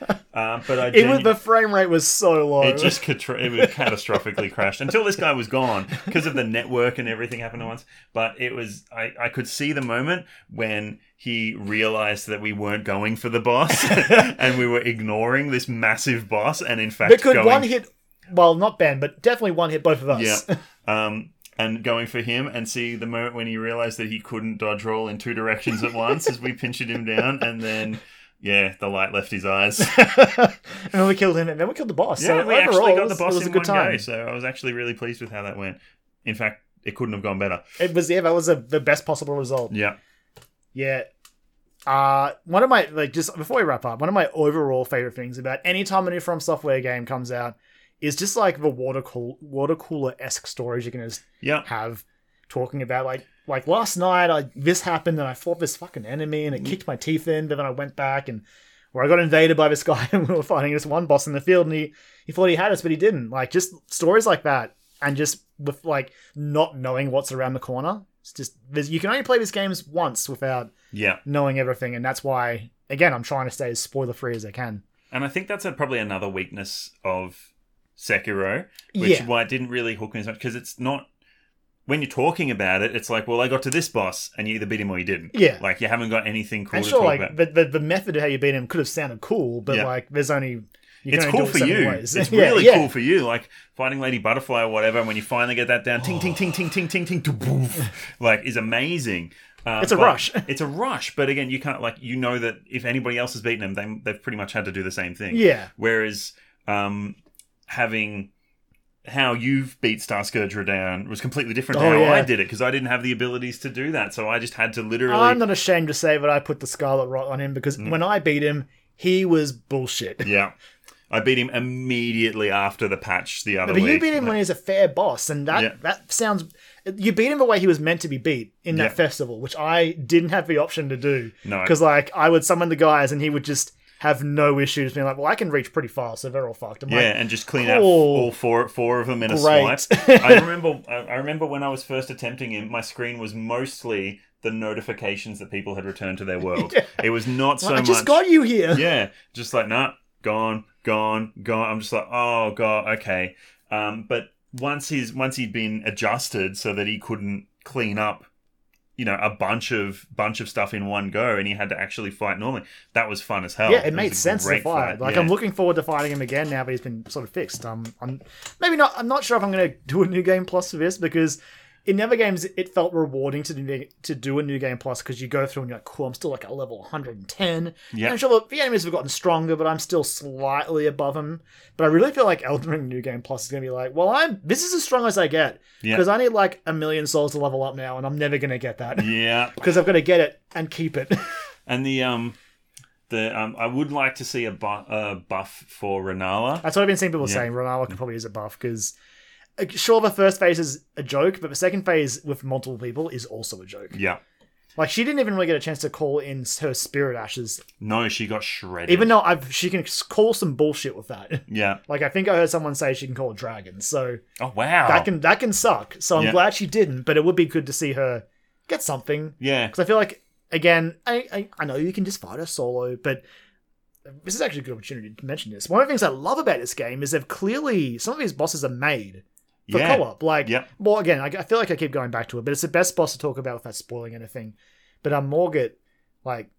S3: time. Uh, but I
S2: It was
S3: genu-
S2: the frame rate was so low.
S3: it just catra- it was catastrophically crashed until this guy was gone because of the network and everything happened at once. But it was I, I could see the moment when he realized that we weren't going for the boss and we were ignoring this massive boss and in fact
S2: but could
S3: going
S2: one hit? Well, not Ben, but definitely one hit both of
S3: yeah
S2: us.
S3: um and going for him and see the moment when he realized that he couldn't dodge roll in two directions at once as we pinched him down and then Yeah, the light left his eyes.
S2: and then we killed him, and then we killed the boss.
S3: yeah,
S2: so
S3: we
S2: overall,
S3: actually got
S2: it
S3: the
S2: was-
S3: boss
S2: it was
S3: in
S2: a good
S3: one
S2: time.
S3: go, so I was actually really pleased with how that went. In fact, it couldn't have gone better.
S2: It was yeah, that was a, the best possible result.
S3: Yeah.
S2: Yeah. Uh, one of my like just before we wrap up, one of my overall favorite things about any time a new From Software game comes out is just like the water cool water cooler esque stories you can just
S3: Yeah.
S2: have talking about like like last night I this happened and I fought this fucking enemy
S3: Mm.
S2: and it kicked my teeth in, but then I went back and where I got invaded by this guy and we were fighting this one boss in the field and he, he thought he had us but he didn't. Like just stories like that and just with like not knowing what's around the corner. It's just there's, you can only play these games once without
S3: Yeah.
S2: knowing everything and that's why again I'm trying to stay as spoiler free as I can.
S3: And I think that's a, probably another weakness of Sekiro, which
S2: Yeah.
S3: is why it didn't really hook me as much because it's not. When you're talking about it, it's like, well, I got to this boss, and you either beat him or you didn't.
S2: Yeah.
S3: Like you haven't got anything cool
S2: and
S3: to
S2: sure
S3: talk
S2: like
S3: about.
S2: the, the, the method of how you beat him could have sounded cool, but
S3: Yeah.
S2: like there's only you can
S3: it's
S2: only do
S3: cool
S2: it
S3: for
S2: so many
S3: you.
S2: ways.
S3: It's
S2: Yeah,
S3: really
S2: yeah.
S3: cool for you, like fighting Lady Butterfly or whatever. And when you finally get that down, ting ting ting ting ting ting ting, to boof, like is amazing. Uh,
S2: It's a
S3: but-
S2: rush.
S3: it's a rush, but again, you can't like you know that if anybody else has beaten them, they, they've pretty much had to do the same thing.
S2: Yeah.
S3: Whereas um, having how you've beat Star Scourger down was completely different to
S2: Oh,
S3: how
S2: yeah. Oh,
S3: I did it because I didn't have the abilities to do that, so I just had to literally.
S2: I'm not ashamed to say that I put the Scarlet Rot on him
S3: Mm.
S2: because when I beat him, he was bullshit.
S3: yeah, I beat him immediately after the patch the other
S2: But you
S3: week.
S2: beat him when he's a fair boss, and that
S3: Yeah.
S2: that sounds. You beat him the way he was meant to be beat in that
S3: Yeah.
S2: festival, which I didn't have the option to do.
S3: No.
S2: because like I would summon the guys, and he would just have no issues being like, "Well, I can reach pretty far, so they're all fucked." I'm
S3: Yeah,
S2: like,
S3: and just clean out
S2: Cool.
S3: all four four of them in a
S2: Great.
S3: swipe. I remember I I remember when I was first attempting him, my screen was mostly the notifications that people had returned to their world. It was not so
S2: I
S3: much.
S2: just got you here.
S3: yeah, just like nah, gone, gone, gone. I'm just like, oh god, okay. Um, but once he's once he'd been adjusted so that he couldn't clean up, you know, a bunch of bunch of stuff in one go, and he had to actually fight normally. That was fun as hell.
S2: Yeah, it,
S3: Oh, was
S2: made
S3: a
S2: sense to
S3: great
S2: fight. Like
S3: yeah.
S2: I'm looking forward to fighting him again now, but he's been sort of fixed. Um, I'm maybe not. I'm not sure if I'm going to do a new game plus for this because in the other games it felt rewarding to do, to do a new game plus because you go through and you're like, cool, I'm still like at level 110.
S3: Yeah.
S2: I'm sure the, the enemies have gotten stronger, but I'm still slightly above them. But I really feel like Elden Ring New Game Plus is going to be like, well, I'm this is as strong as I get
S3: Yeah.
S2: because I need like a million souls to level up now, and I'm never going to get that
S3: Yeah,
S2: because I've got to get it and keep it.
S3: And the um, the um, I would like to see a bu- uh, buff for Renala.
S2: That's what I've been seeing people
S3: Yeah.
S2: saying. Ronaldo could probably use a buff because, sure, the first phase is a joke, but the second phase with multiple people is also a joke.
S3: Yeah.
S2: Like she didn't even really get a chance to call in her spirit ashes,
S3: No, she got shredded.
S2: even though I've she can call some bullshit with that.
S3: yeah.
S2: Like I think I heard someone say she can call dragons, so
S3: Oh wow.
S2: that can that can suck. So I'm
S3: Yeah.
S2: glad she didn't, but it would be good to see her get something
S3: yeah.
S2: because I feel like again, I, I I know you can just fight her solo, but this is actually a good opportunity to mention this. One of the things I love about this game is they've clearly some of these bosses are made for
S3: yeah.
S2: co-op. Like,
S3: Yep.
S2: well, again, I, I feel like I keep going back to it, but it's the best boss to talk about without spoiling anything. But on Morgat, like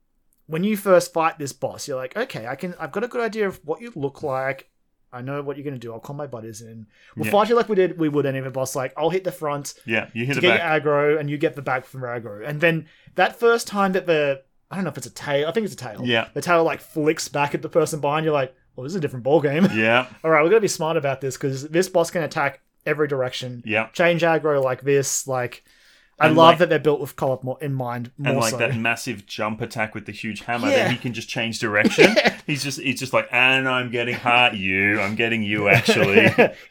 S2: when you first fight this boss, you're like, okay, I can, I've got a good idea of what you look like. I know what you're gonna do. I'll call my buddies in. We'll
S3: Yeah.
S2: fight you like we did. We would any of a boss. Like, I'll hit the front
S3: Yeah. You hit
S2: to
S3: it
S2: get
S3: back.
S2: your aggro, and you get the back from your aggro. And then that first time that the I don't know if it's a tail, I think it's a tail.
S3: Yeah.
S2: the tail like flicks back at the person behind you, like, well, this is a different ball game.
S3: Yeah.
S2: All right, we're gonna be smart about this because this boss can attack every direction.
S3: Yeah.
S2: Change aggro like this, like. I
S3: And,
S2: love
S3: like-
S2: that they're built with co-op more, in mind more
S3: And like
S2: so.
S3: that massive jump attack with the huge hammer
S2: Yeah.
S3: that he can just change direction. He's just he's just like, and I'm getting hurt you. I'm getting you actually.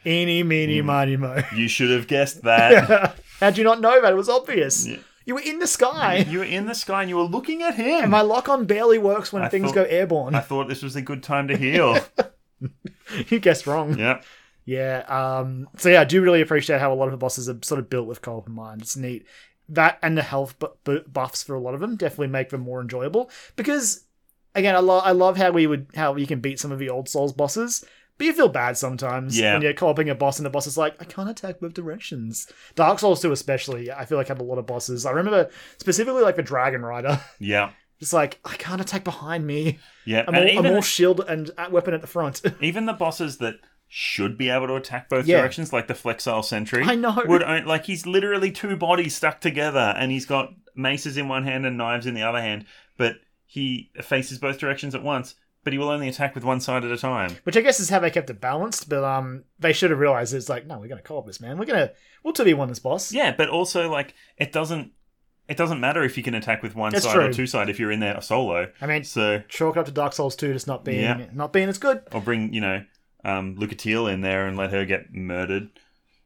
S2: Eeny, meeny,
S3: Mm.
S2: miny, mo.
S3: you should have guessed that.
S2: How'd you not know that? It was obvious.
S3: Yeah.
S2: You were in the sky.
S3: You were in the sky and you were looking at him.
S2: My lock-on barely works when
S3: I
S2: things
S3: thought-
S2: go airborne.
S3: I thought this was a good time to heal.
S2: you guessed wrong.
S3: yeah.
S2: Yeah. Um, so yeah, I do really appreciate how a lot of the bosses are sort of built with co-op in mind. It's neat. That and the health bu- bu- buffs for a lot of them definitely make them more enjoyable. Because again, I love I love how we would how you can beat some of the old Souls bosses. But you feel bad sometimes
S3: Yeah.
S2: when you're co-oping a boss and the boss is like, I can't attack both directions. Dark Souls 2 especially, I feel like had a lot of bosses. I remember specifically like the Dragon Rider.
S3: Yeah.
S2: Just like, I can't attack behind me.
S3: Yeah.
S2: I'm
S3: And
S2: all,
S3: even-
S2: I'm all shield and uh, weapon at the front.
S3: even the bosses that should be able to attack both
S2: Yeah.
S3: directions, like the Flexile Sentry.
S2: I know.
S3: Would own, like he's literally two bodies stuck together, and he's got maces in one hand and knives in the other hand, but he faces both directions at once, but he will only attack with one side at a time.
S2: Which I guess is how they kept it balanced, but um, they should have realized it's like, no, we're gonna co-op this man. We're gonna we'll two v one this boss.
S3: Yeah, but also like it doesn't it doesn't matter if you can attack with one
S2: That's
S3: side or
S2: true.
S3: two side if you're in there solo.
S2: I mean,
S3: So
S2: chalk it up to Dark Souls two, just not being
S3: Yeah.
S2: not being as good.
S3: I'll bring you know um, Lucatiel in there and let her get murdered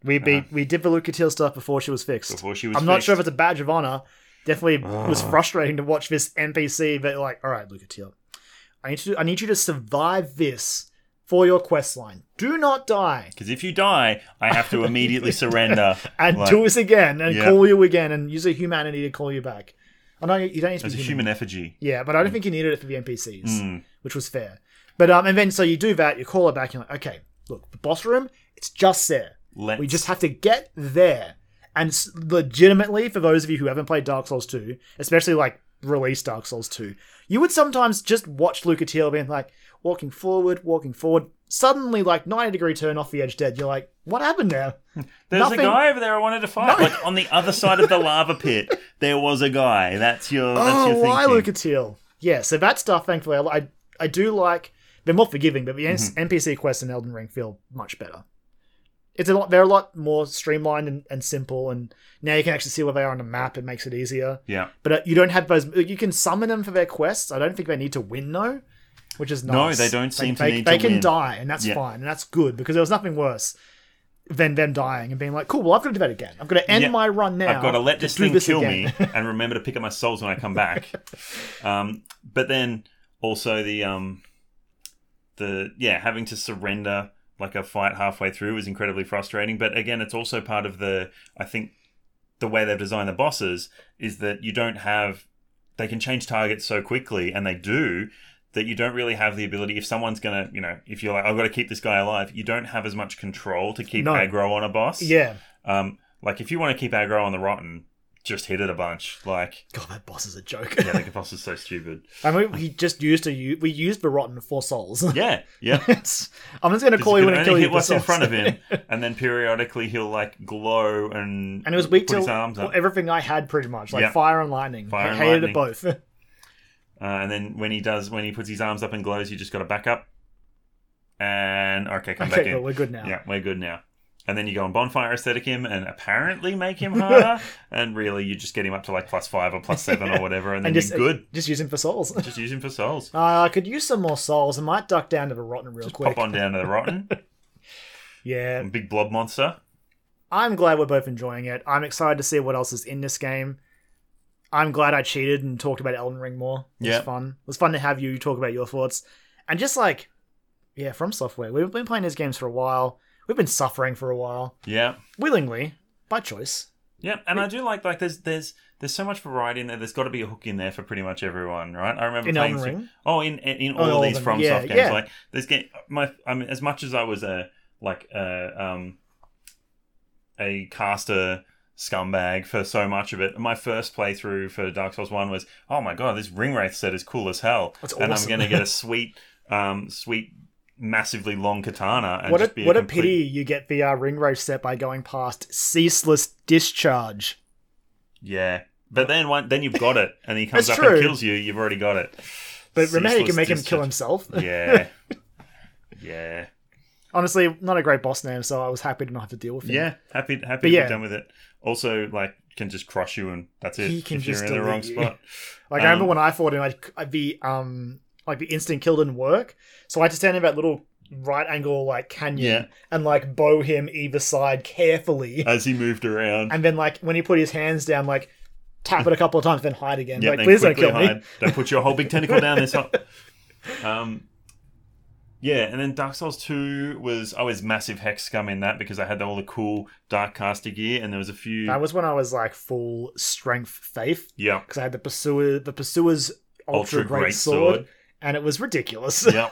S2: We beat we did the Lucatiel stuff before she was fixed.
S3: Uh-huh. before she was.
S2: I'm not
S3: fixed. Uh.
S2: sure if it's a badge of honor. Definitely was frustrating to watch this NPC, but like, all right, Lucatiel, I need to I need you to survive this for your quest line. Do not die.
S3: Because if you die, I have to immediately surrender.
S2: and
S3: Like,
S2: do us again and
S3: Yeah.
S2: call you again and use a humanity to call you back. I know you don't need to
S3: as a
S2: be human.
S3: human effigy.
S2: Yeah, but I don't think you needed it for the NPCs,
S3: Mm.
S2: which was fair. But um, and then so you do that, you call her back, and you're like, okay, look, the boss room, it's just there.
S3: Let's,
S2: We just have to get there. And s- legitimately, for those of you who haven't played Dark Souls 2, especially like release Dark Souls 2, you would sometimes just watch Luca Teal being like walking forward, walking forward, suddenly like 90 degree turn off the edge dead. You're like, what happened there?
S3: There's
S2: nothing-
S3: a guy over there I wanted to fight. Like on the other side of the lava pit, there was a guy. That's your. that's
S2: Oh,
S3: your
S2: why
S3: thinking.
S2: Lucatiel? Yeah, so that stuff, thankfully, I, I, I do like. They're more forgiving, but the NPC
S3: Mm-hmm.
S2: NPC quests in Elden Ring feel much better. It's a lot. They're a lot more streamlined and, and simple, and now you can actually see where they are on the map. It makes it easier.
S3: Yeah.
S2: But uh, you don't have those. You can summon them for their quests. I don't think they need to win though, which is nice.
S3: No, they don't seem to
S2: they,
S3: need
S2: They
S3: to
S2: can
S3: win.
S2: die, and that's
S3: Yeah.
S2: fine, and that's good because there was nothing worse than them dying and being like, "Cool, well, I've got to do that again. I've got to end
S3: Yeah.
S2: my run now.
S3: I've got to let this
S2: do
S3: thing
S2: this
S3: kill
S2: again."
S3: me and remember to pick up my souls when I come back. um, but then also the um, the yeah having to surrender like a fight halfway through was incredibly frustrating. But again, it's also part of the I think the way they've designed the bosses is that you don't have they can change targets so quickly and they do that you don't really have the ability if someone's gonna you know if you're like I've got to keep this guy alive you don't have as much control to keep
S2: No.
S3: aggro on a boss
S2: yeah.
S3: um, like if you want to keep aggro on the rotten, just hit it a bunch. Like
S2: God, that boss is a joke.
S3: yeah, like the boss is so stupid.
S2: I mean, we just used a u- we used the rotten for souls.
S3: Yeah, yeah.
S2: It's- I'm just gonna
S3: 'Cause
S2: call
S3: he
S2: you when
S3: can
S2: I
S3: only
S2: kill you.
S3: hit
S2: for
S3: what's in
S2: souls.
S3: front of him, and then periodically he'll like glow and
S2: and it was weak
S3: put
S2: till
S3: his arms up,
S2: well, everything I had pretty much, like
S3: Yeah.
S2: fire and lightning.
S3: Fire
S2: I
S3: and
S2: hated it
S3: lightning.
S2: both.
S3: uh, and then when he does, when he puts his arms up and glows, you just got to back up, and okay, come back
S2: okay, well,
S3: in.
S2: we're good now.
S3: Yeah, we're good now. And then you go and bonfire aesthetic him, and apparently make him harder. and really, you just get him up to like plus five or plus seven or whatever, and then
S2: and just uh,
S3: you're good.
S2: Just use him for souls.
S3: Just use him for souls.
S2: Uh, I could use some more souls. I might duck down to the rotten real quick.
S3: Pop on down to the rotten,
S2: Yeah,
S3: big blob monster.
S2: I'm glad we're both enjoying it. I'm excited to see what else is in this game. I'm glad I cheated and talked about Elden Ring more. It was
S3: Yeah.
S2: fun. It was fun to have you talk about your thoughts. And just like, yeah, from software. We've been playing these games for a while. We've been suffering for a while.
S3: Yeah.
S2: Willingly, by choice.
S3: Yeah, and I do like like there's there's there's so much variety in there. There's got to be a hook in there for pretty much everyone, right? I remember
S2: In
S3: playing
S2: Elden
S3: through-
S2: Ring?
S3: Oh, in in, in
S2: Oh,
S3: all
S2: all
S3: of
S2: of
S3: these
S2: them.
S3: from
S2: Yeah,
S3: soft games,
S2: yeah.
S3: like there's game my I mean as much as I was a like a um a caster scumbag for so much of it. My first playthrough for Dark Souls One was oh my god, this ring wraith set is cool as hell,
S2: That's
S3: and I'm
S2: awesome.
S3: gonna get a sweet um sweet massively long katana. And
S2: what
S3: just
S2: a,
S3: be
S2: what a
S3: complete-
S2: pity you get the uh, ring road set by going past ceaseless discharge.
S3: Yeah. But then one, then you've got it, and he comes up
S2: That's
S3: and
S2: true.
S3: kills you. You've already got it.
S2: But remember, you can
S3: Ceaseless
S2: make him kill
S3: discharge.
S2: himself.
S3: Yeah, yeah,
S2: Honestly, not a great boss name, so I was happy to not have to deal with him.
S3: yeah. Happy, happy
S2: But
S3: to
S2: yeah.
S3: be done with it. Also, like, can just crush you, and that's it.
S2: He can
S3: if you're
S2: just
S3: in the
S2: delete
S3: wrong
S2: you.
S3: spot.
S2: Like I remember
S3: Um,
S2: when I fought him, I'd, I'd be um like the instant kill didn't work, so I had to stand in that little right angle like canyon
S3: Yeah. Uh,
S2: and like bow him either side carefully,
S3: As he moved around,
S2: and then like when he put his hands down, like tap it a couple of times, then hide again.
S3: yeah,
S2: like
S3: then
S2: please don't
S3: quickly
S2: kill
S3: hide.
S2: me.
S3: Don't put your whole big tentacle down this. hole. Um, yeah, and then Dark Souls Two was I was massive hex scum in that because I had all the cool dark caster gear, and there was a few.
S2: That was when I was like full strength faith
S3: yeah,
S2: because I had the pursuer, the pursuer's ultra, great, sword, and it was ridiculous.
S3: yeah.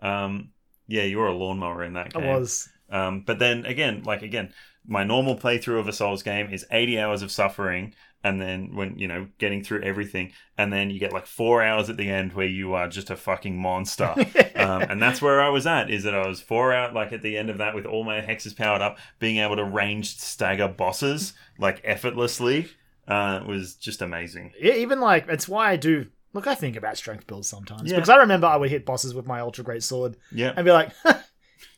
S3: Um, yeah, you were a lawnmower in that
S2: I
S3: game.
S2: was.
S3: Um, but then again, like again, my normal playthrough of a Souls game is 80 hours of suffering, and then when you know getting through everything, and then you get like four hours at the end where you are just a fucking monster. um, and that's where I was at. Is that I was four out like at the end of that with all my hexes powered up, being able to ranged stagger bosses like effortlessly uh, was just amazing.
S2: Yeah, even like E, it's why I do Look, I think about strength builds sometimes
S3: Yeah.
S2: because I remember I would hit bosses with my ultra great sword
S3: Yeah,
S2: and be like,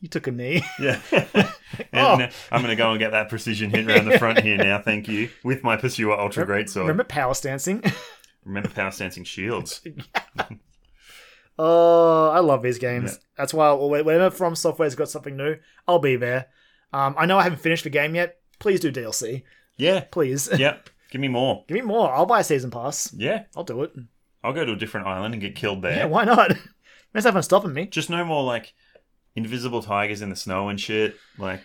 S2: "You took a knee."
S3: yeah.
S2: Oh.
S3: and uh, I'm going to go and get that precision hit around the front here now. Thank you. With my pursuer ultra great sword. Remember,
S2: Remember power stancing?
S3: power stancing shields.
S2: Oh, I love these games.
S3: Yeah.
S2: That's why I'll, always- whenever From Software's got something new, I'll be there. Um, I know I haven't finished the game yet. Please do DLC.
S3: Yeah,
S2: Please.
S3: yeah. Give me more.
S2: Give me more. I'll buy a season pass.
S3: Yeah,
S2: I'll do it.
S3: I'll go to a different island and get killed there.
S2: Yeah, why not? There's nothing stopping me.
S3: Just no more like invisible tigers in the snow and shit. Like,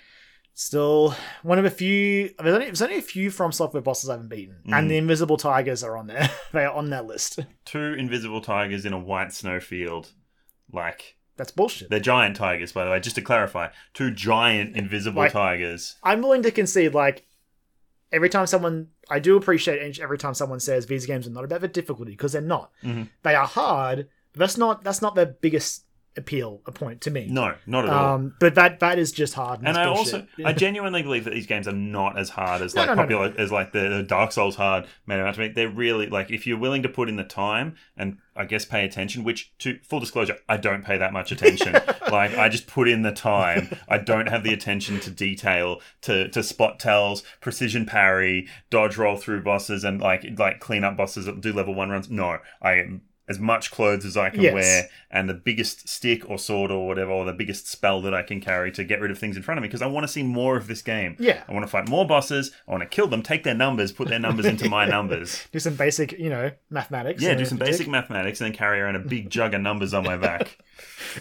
S2: Still, one of a few. There's only, there's only a few From Software bosses I haven't beaten,
S3: Mhm.
S2: and the Invisible Tigers are on there. they are on that list.
S3: two invisible tigers in a white snowfield. Like
S2: That's bullshit.
S3: they're giant tigers, by the way. Just to clarify, two giant invisible
S2: Like-
S3: tigers.
S2: I'm willing to concede, like, every time someone, I do appreciate every time someone says these games are not about the difficulty because they're not.
S3: Mhm.
S2: They are hard. But that's not that's not their biggest appeal a point to me.
S3: No, not at all.
S2: um, but that that is just hard.
S3: And I
S2: that's
S3: also,
S2: bullshit.
S3: I genuinely believe that these games are not as hard as
S2: No,
S3: like
S2: no, no,
S3: popular as like the, the Dark Souls hard made out to make. They're really like if you're willing to put in the time and I guess pay attention. Which to full disclosure, I don't pay that much attention. like I just put in the time. I don't have the attention to detail to to spot tells, precision parry, dodge roll through bosses, and like like clean up bosses that do level one runs. No, I am. As much clothes as I can
S2: Yes.
S3: wear, and the biggest stick or sword or whatever, or the biggest spell that I can carry to get rid of things in front of me because I want to see more of this game.
S2: Yeah.
S3: I want to fight more bosses. I want to kill them, take their numbers, put their numbers into my numbers.
S2: do some basic, you know, mathematics.
S3: Yeah,
S2: and
S3: do some
S2: arithmetic,
S3: basic mathematics and then carry around a big jug of numbers on my back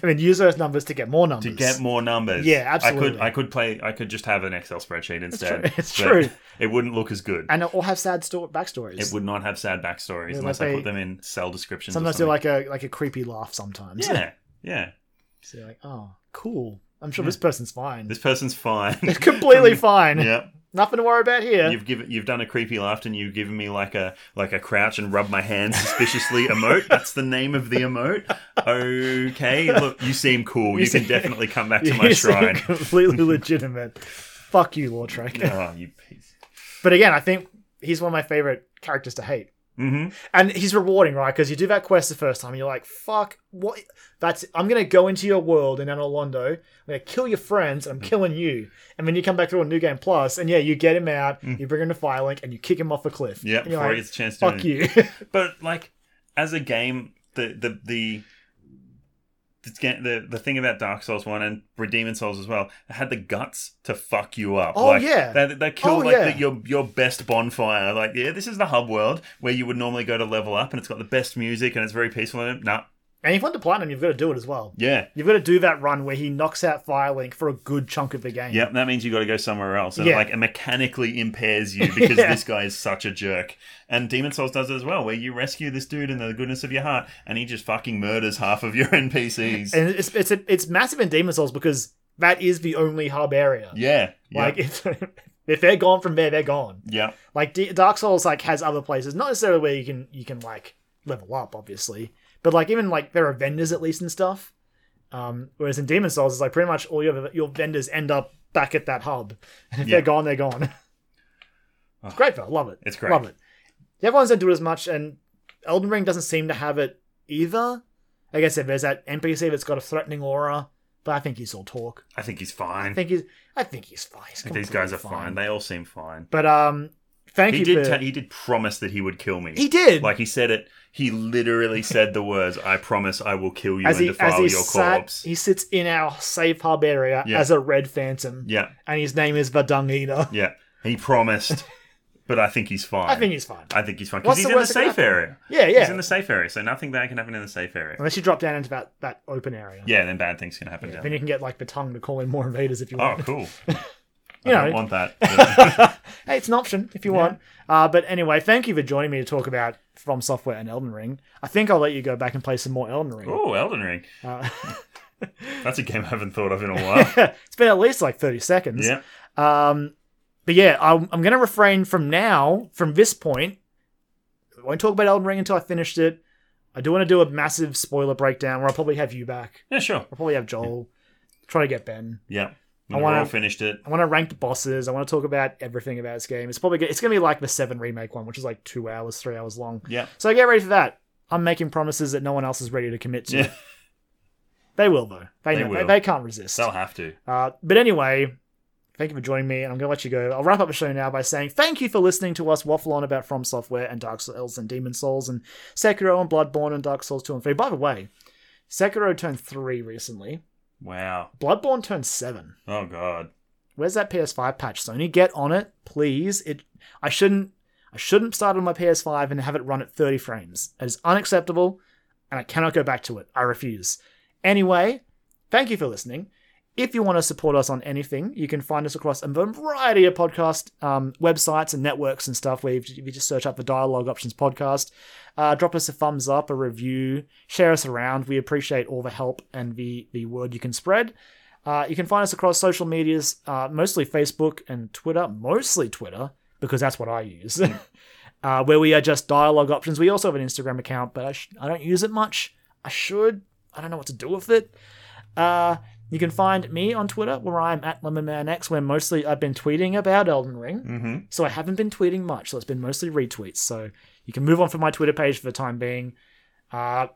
S2: and then use those numbers to get more numbers.
S3: to get more numbers.
S2: Yeah,
S3: I could
S2: absolutely.
S3: I could play I could just have an Excel spreadsheet instead.
S2: true. It's
S3: but
S2: true.
S3: It wouldn't look as good.
S2: and all have sad sto- backstories.
S3: It would not have sad backstories
S2: Yeah,
S3: unless
S2: like
S3: I
S2: they-
S3: put them in cell descriptions. or
S2: sometimes do
S3: something.
S2: like a like a creepy laugh. Sometimes,
S3: Yeah. Yeah.
S2: So you're like, oh, cool. I'm sure this person's fine.
S3: This person's fine.
S2: It's completely fine.
S3: yeah.
S2: Nothing to worry about here.
S3: You've given you've done a creepy laugh and you've given me like a like a crouch and rub my hands suspiciously emote. That's the name of the emote. Okay, look, you seem cool.
S2: You
S3: You can
S2: seem-
S3: definitely come back to my
S2: You seem
S3: shrine.
S2: completely legitimate. Fuck you, Lord Trek.
S3: Oh, you piece.
S2: But again, I think he's one of my favorite characters to hate.
S3: Mm-hmm.
S2: and he's rewarding, right? Because you do that quest the first time, and you're like, "Fuck, what? That's I'm gonna go into your world in Anolondo. I'm gonna kill your friends, and I'm killing you." And then you come back through a new game plus, and yeah, you get him out, you bring him to Firelink, and you kick him off a cliff.
S3: Mm. Yeah,
S2: And you're
S3: before
S2: like,
S3: he gets a chance to. do
S2: fuck
S3: anything.
S2: you.
S3: But like, as a game, the the the. The, ga- the, the thing about Dark Souls 1 and Redeeming Souls as well had the guts to fuck you up.
S2: Oh,
S3: like,
S2: yeah.
S3: They, they killed
S2: Oh,
S3: like
S2: yeah.
S3: the, your your best bonfire. Like, yeah, this is the hub world where you would normally go to level up and it's got the best music and it's very peaceful. And, nah,
S2: and if you want to platinum, you've got to do it as well.
S3: yeah.
S2: You've got to do that run where he knocks out Firelink for a good chunk of the game.
S3: Yep, that means you got to go somewhere else, and
S2: Yeah.
S3: like it mechanically impairs you because
S2: Yeah.
S3: this guy is such a jerk. And Demon Souls does it as well, where you rescue this dude in the goodness of your heart, and he just fucking murders half of your NPCs.
S2: And it's it's it's massive in Demon Souls because that is the only hub area.
S3: yeah,
S2: Like
S3: yep,
S2: if if they're gone from there, they're gone.
S3: yep.
S2: Like D- Dark Souls, like has other places, not necessarily where you can you can like level up, obviously, but like even like there are vendors at least and stuff. Um, whereas in Demon Souls, it's like pretty much all your your vendors end up back at that hub, and if
S3: Yeah.
S2: they're gone, they're gone. it's great though, love it.
S3: It's great.
S2: love it. The other ones don't do it as much, and Elden Ring doesn't seem to have it either. Like I said, there's that NPC that's got a threatening aura, but I think he's all talk.
S3: I think he's fine.
S2: I think he's I think he's fine. He's
S3: These
S2: completely
S3: guys are fine. They all seem fine.
S2: But um, thank
S3: He
S2: you.
S3: did.
S2: for,
S3: ta he did promise that he would kill me.
S2: he did.
S3: Like he said it. He literally said the words, "I promise I will kill you
S2: as
S3: and
S2: he as
S3: defile
S2: he
S3: your
S2: sat,
S3: corpse."
S2: he sits in our safe hub area
S3: Yeah.
S2: as a red phantom,
S3: yeah,
S2: and his name is Vadung Eater.
S3: yeah. He promised, but I think he's fine.
S2: I think he's fine.
S3: I think he's fine because
S2: What's
S3: he's
S2: the
S3: in the
S2: worst that could
S3: safe
S2: happen?
S3: area.
S2: Yeah, yeah.
S3: He's in the safe area, so nothing bad can happen in the safe area.
S2: Unless you drop down into that, that open area,
S3: Yeah, then bad things can happen down
S2: then you can get like the tongue to call in more invaders if you
S3: there. Oh,
S2: want.
S3: cool.
S2: You
S3: I
S2: know.
S3: don't want that.
S2: hey, it's an option if you want. Uh, but anyway, thank you for joining me to talk about From Software and Elden Ring. I think I'll let you go back and play some more Elden Ring.
S3: oh, Elden Ring.
S2: Uh,
S3: That's a game I haven't thought of in a while.
S2: it's been at least like thirty seconds.
S3: yeah.
S2: Um, but yeah, I'm, I'm going to refrain from now, from this point. I won't talk about Elden Ring until I finished it. I do want to do a massive spoiler breakdown where I'll probably have you back.
S3: Yeah, sure.
S2: I'll probably have Joel. Try to get Ben.
S3: Yeah.
S2: I
S3: When
S2: wanna-
S3: we're all finished it.
S2: I want to rank the bosses. I want to talk about everything about this game. It's probably gonna, it's going to be like the Seven remake one, which is like two hours, three hours long.
S3: Yeah.
S2: So get ready for that. I'm making promises that no one else is ready to commit to.
S3: Yeah.
S2: They will though. They
S3: They
S2: know. They,
S3: will.
S2: they can't resist.
S3: They'll have to.
S2: Uh, but anyway, thank you for joining me, and I'm going to let you go. I'll wrap up the show now by saying thank you for listening to us waffle on about From Software and Dark Souls and Demon Souls and Sekiro and Bloodborne and Dark Souls 2 and 3. By the way, Sekiro turned 3 recently,
S3: Wow.
S2: Bloodborne turned 7.
S3: Oh god.
S2: Where's that PS5 patch, Sony? Get on it, please. It I shouldn't I shouldn't start on my PS5 and have it run at 30 frames. It is unacceptable, and I cannot go back to it. I refuse. Anyway, thank you for listening. If you want to support us on anything, you can find us across a variety of podcast um, websites and networks and stuff. Where if you if you just search up the Dialogue Options podcast, uh, drop us a thumbs up, a review, share us around. We appreciate all the help and the the word you can spread. Uh, you can find us across social medias, uh, mostly Facebook and Twitter, mostly Twitter, because that's what I use, uh, where we are just dialogue options. We also have an Instagram account, but I, sh- I don't use it much. I should. I don't know what to do with it. Uh, you can find me on Twitter, where I'm at LemonManX, where mostly I've been tweeting about Elden Ring.
S3: Mm-hmm.
S2: So I haven't been tweeting much, so it's been mostly retweets. So you can move on from my Twitter page for the time being. Uh,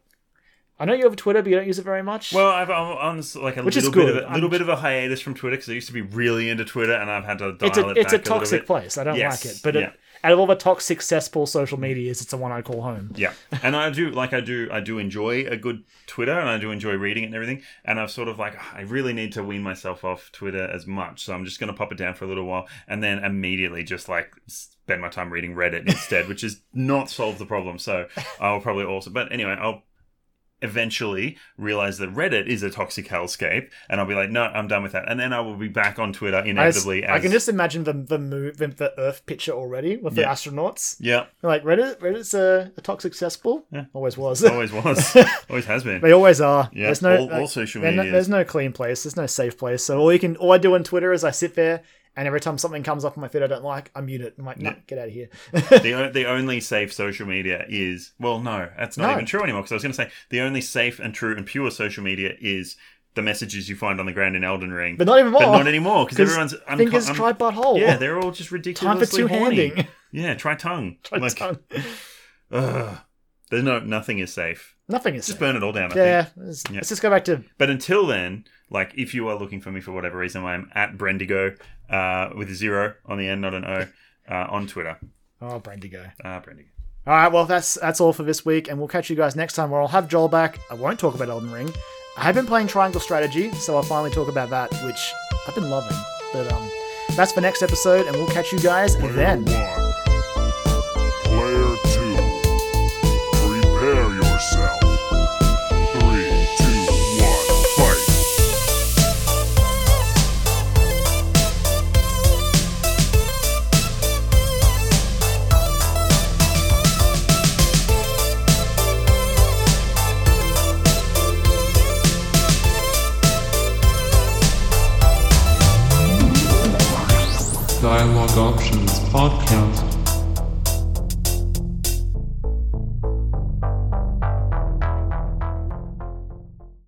S2: I know you have a Twitter, but you don't use it very much.
S3: Well, I've, I'm on s- like a
S2: Which is
S3: little bit of
S2: good.
S3: a little bit of a hiatus from Twitter because I used to be really into Twitter, and I've had to dial
S2: it's a
S3: it
S2: it's a
S3: back little
S2: toxic
S3: bit.
S2: place. I don't
S3: Yes,
S2: like it. But
S3: yeah.
S2: it, out of all the toxic cesspool social medias, it's the one I call home.
S3: Yeah, and I do like I do I do enjoy a good Twitter, and I do enjoy reading it and everything. And I've sort of like "Ah, I really need to wean myself off Twitter as much, so I'm just going to pop it down for a little while, and then immediately just like spend my time reading Reddit instead, which is not solve the problem. So I'll probably also, but anyway, I'll eventually realize that Reddit is a toxic hellscape, and I'll be like, no, I'm done with that, and then I will be back on Twitter
S2: I, s-
S3: inevitably.
S2: I
S3: as,
S2: can just imagine the the move the, the Earth picture already with the
S3: Yeah.
S2: astronauts.
S3: yeah,
S2: Like Reddit, Reddit's a, a toxic cesspool.
S3: Yeah.
S2: Always was.
S3: always was, always has been.
S2: they always are.
S3: Yeah,
S2: There's no
S3: all, all
S2: like,
S3: social
S2: they're no-
S3: media.
S2: there's no clean place. There's no safe place. So all you can all I do on Twitter is I sit there and every time something comes up on my feed I don't like, I mute it. I'm like, nah,
S3: Yeah.
S2: get out of here.
S3: the, o- the only safe social media is well no that's not
S2: No.
S3: even true anymore because i was going to say the only safe and true and pure social media is the messages you find on the ground in elden ring
S2: But not even more.
S3: But not anymore because
S2: 'Cause
S3: everyone's unco-
S2: Fingers
S3: un-
S2: try butthole.
S3: yeah they're all just
S2: Time for um,
S3: ridiculously
S2: two
S3: horny.
S2: handing.
S3: yeah try tongue like
S2: Tongue.
S3: ugh. there's no nothing is safe
S2: Nothing is safe.
S3: just burn it all down I think.
S2: Yeah, let's,
S3: Yeah.
S2: let's just go back to
S3: but until then like if you are looking for me for whatever reason i'm at brendigo uh, with a zero on the end not an o uh, on twitter
S2: oh Brandigo.
S3: uh, brendigo
S2: All right, well that's that's all for this week, and we'll catch you guys next time where I'll have Joel back. I won't talk about Elden Ring. I have been playing Triangle Strategy, so I'll finally talk about that, which I've been loving. But um, that's for next episode, and we'll catch you guys then.
S4: One. Player two. Prepare yourself. Three, two, one, fight.
S1: Dialogue Options Podcast.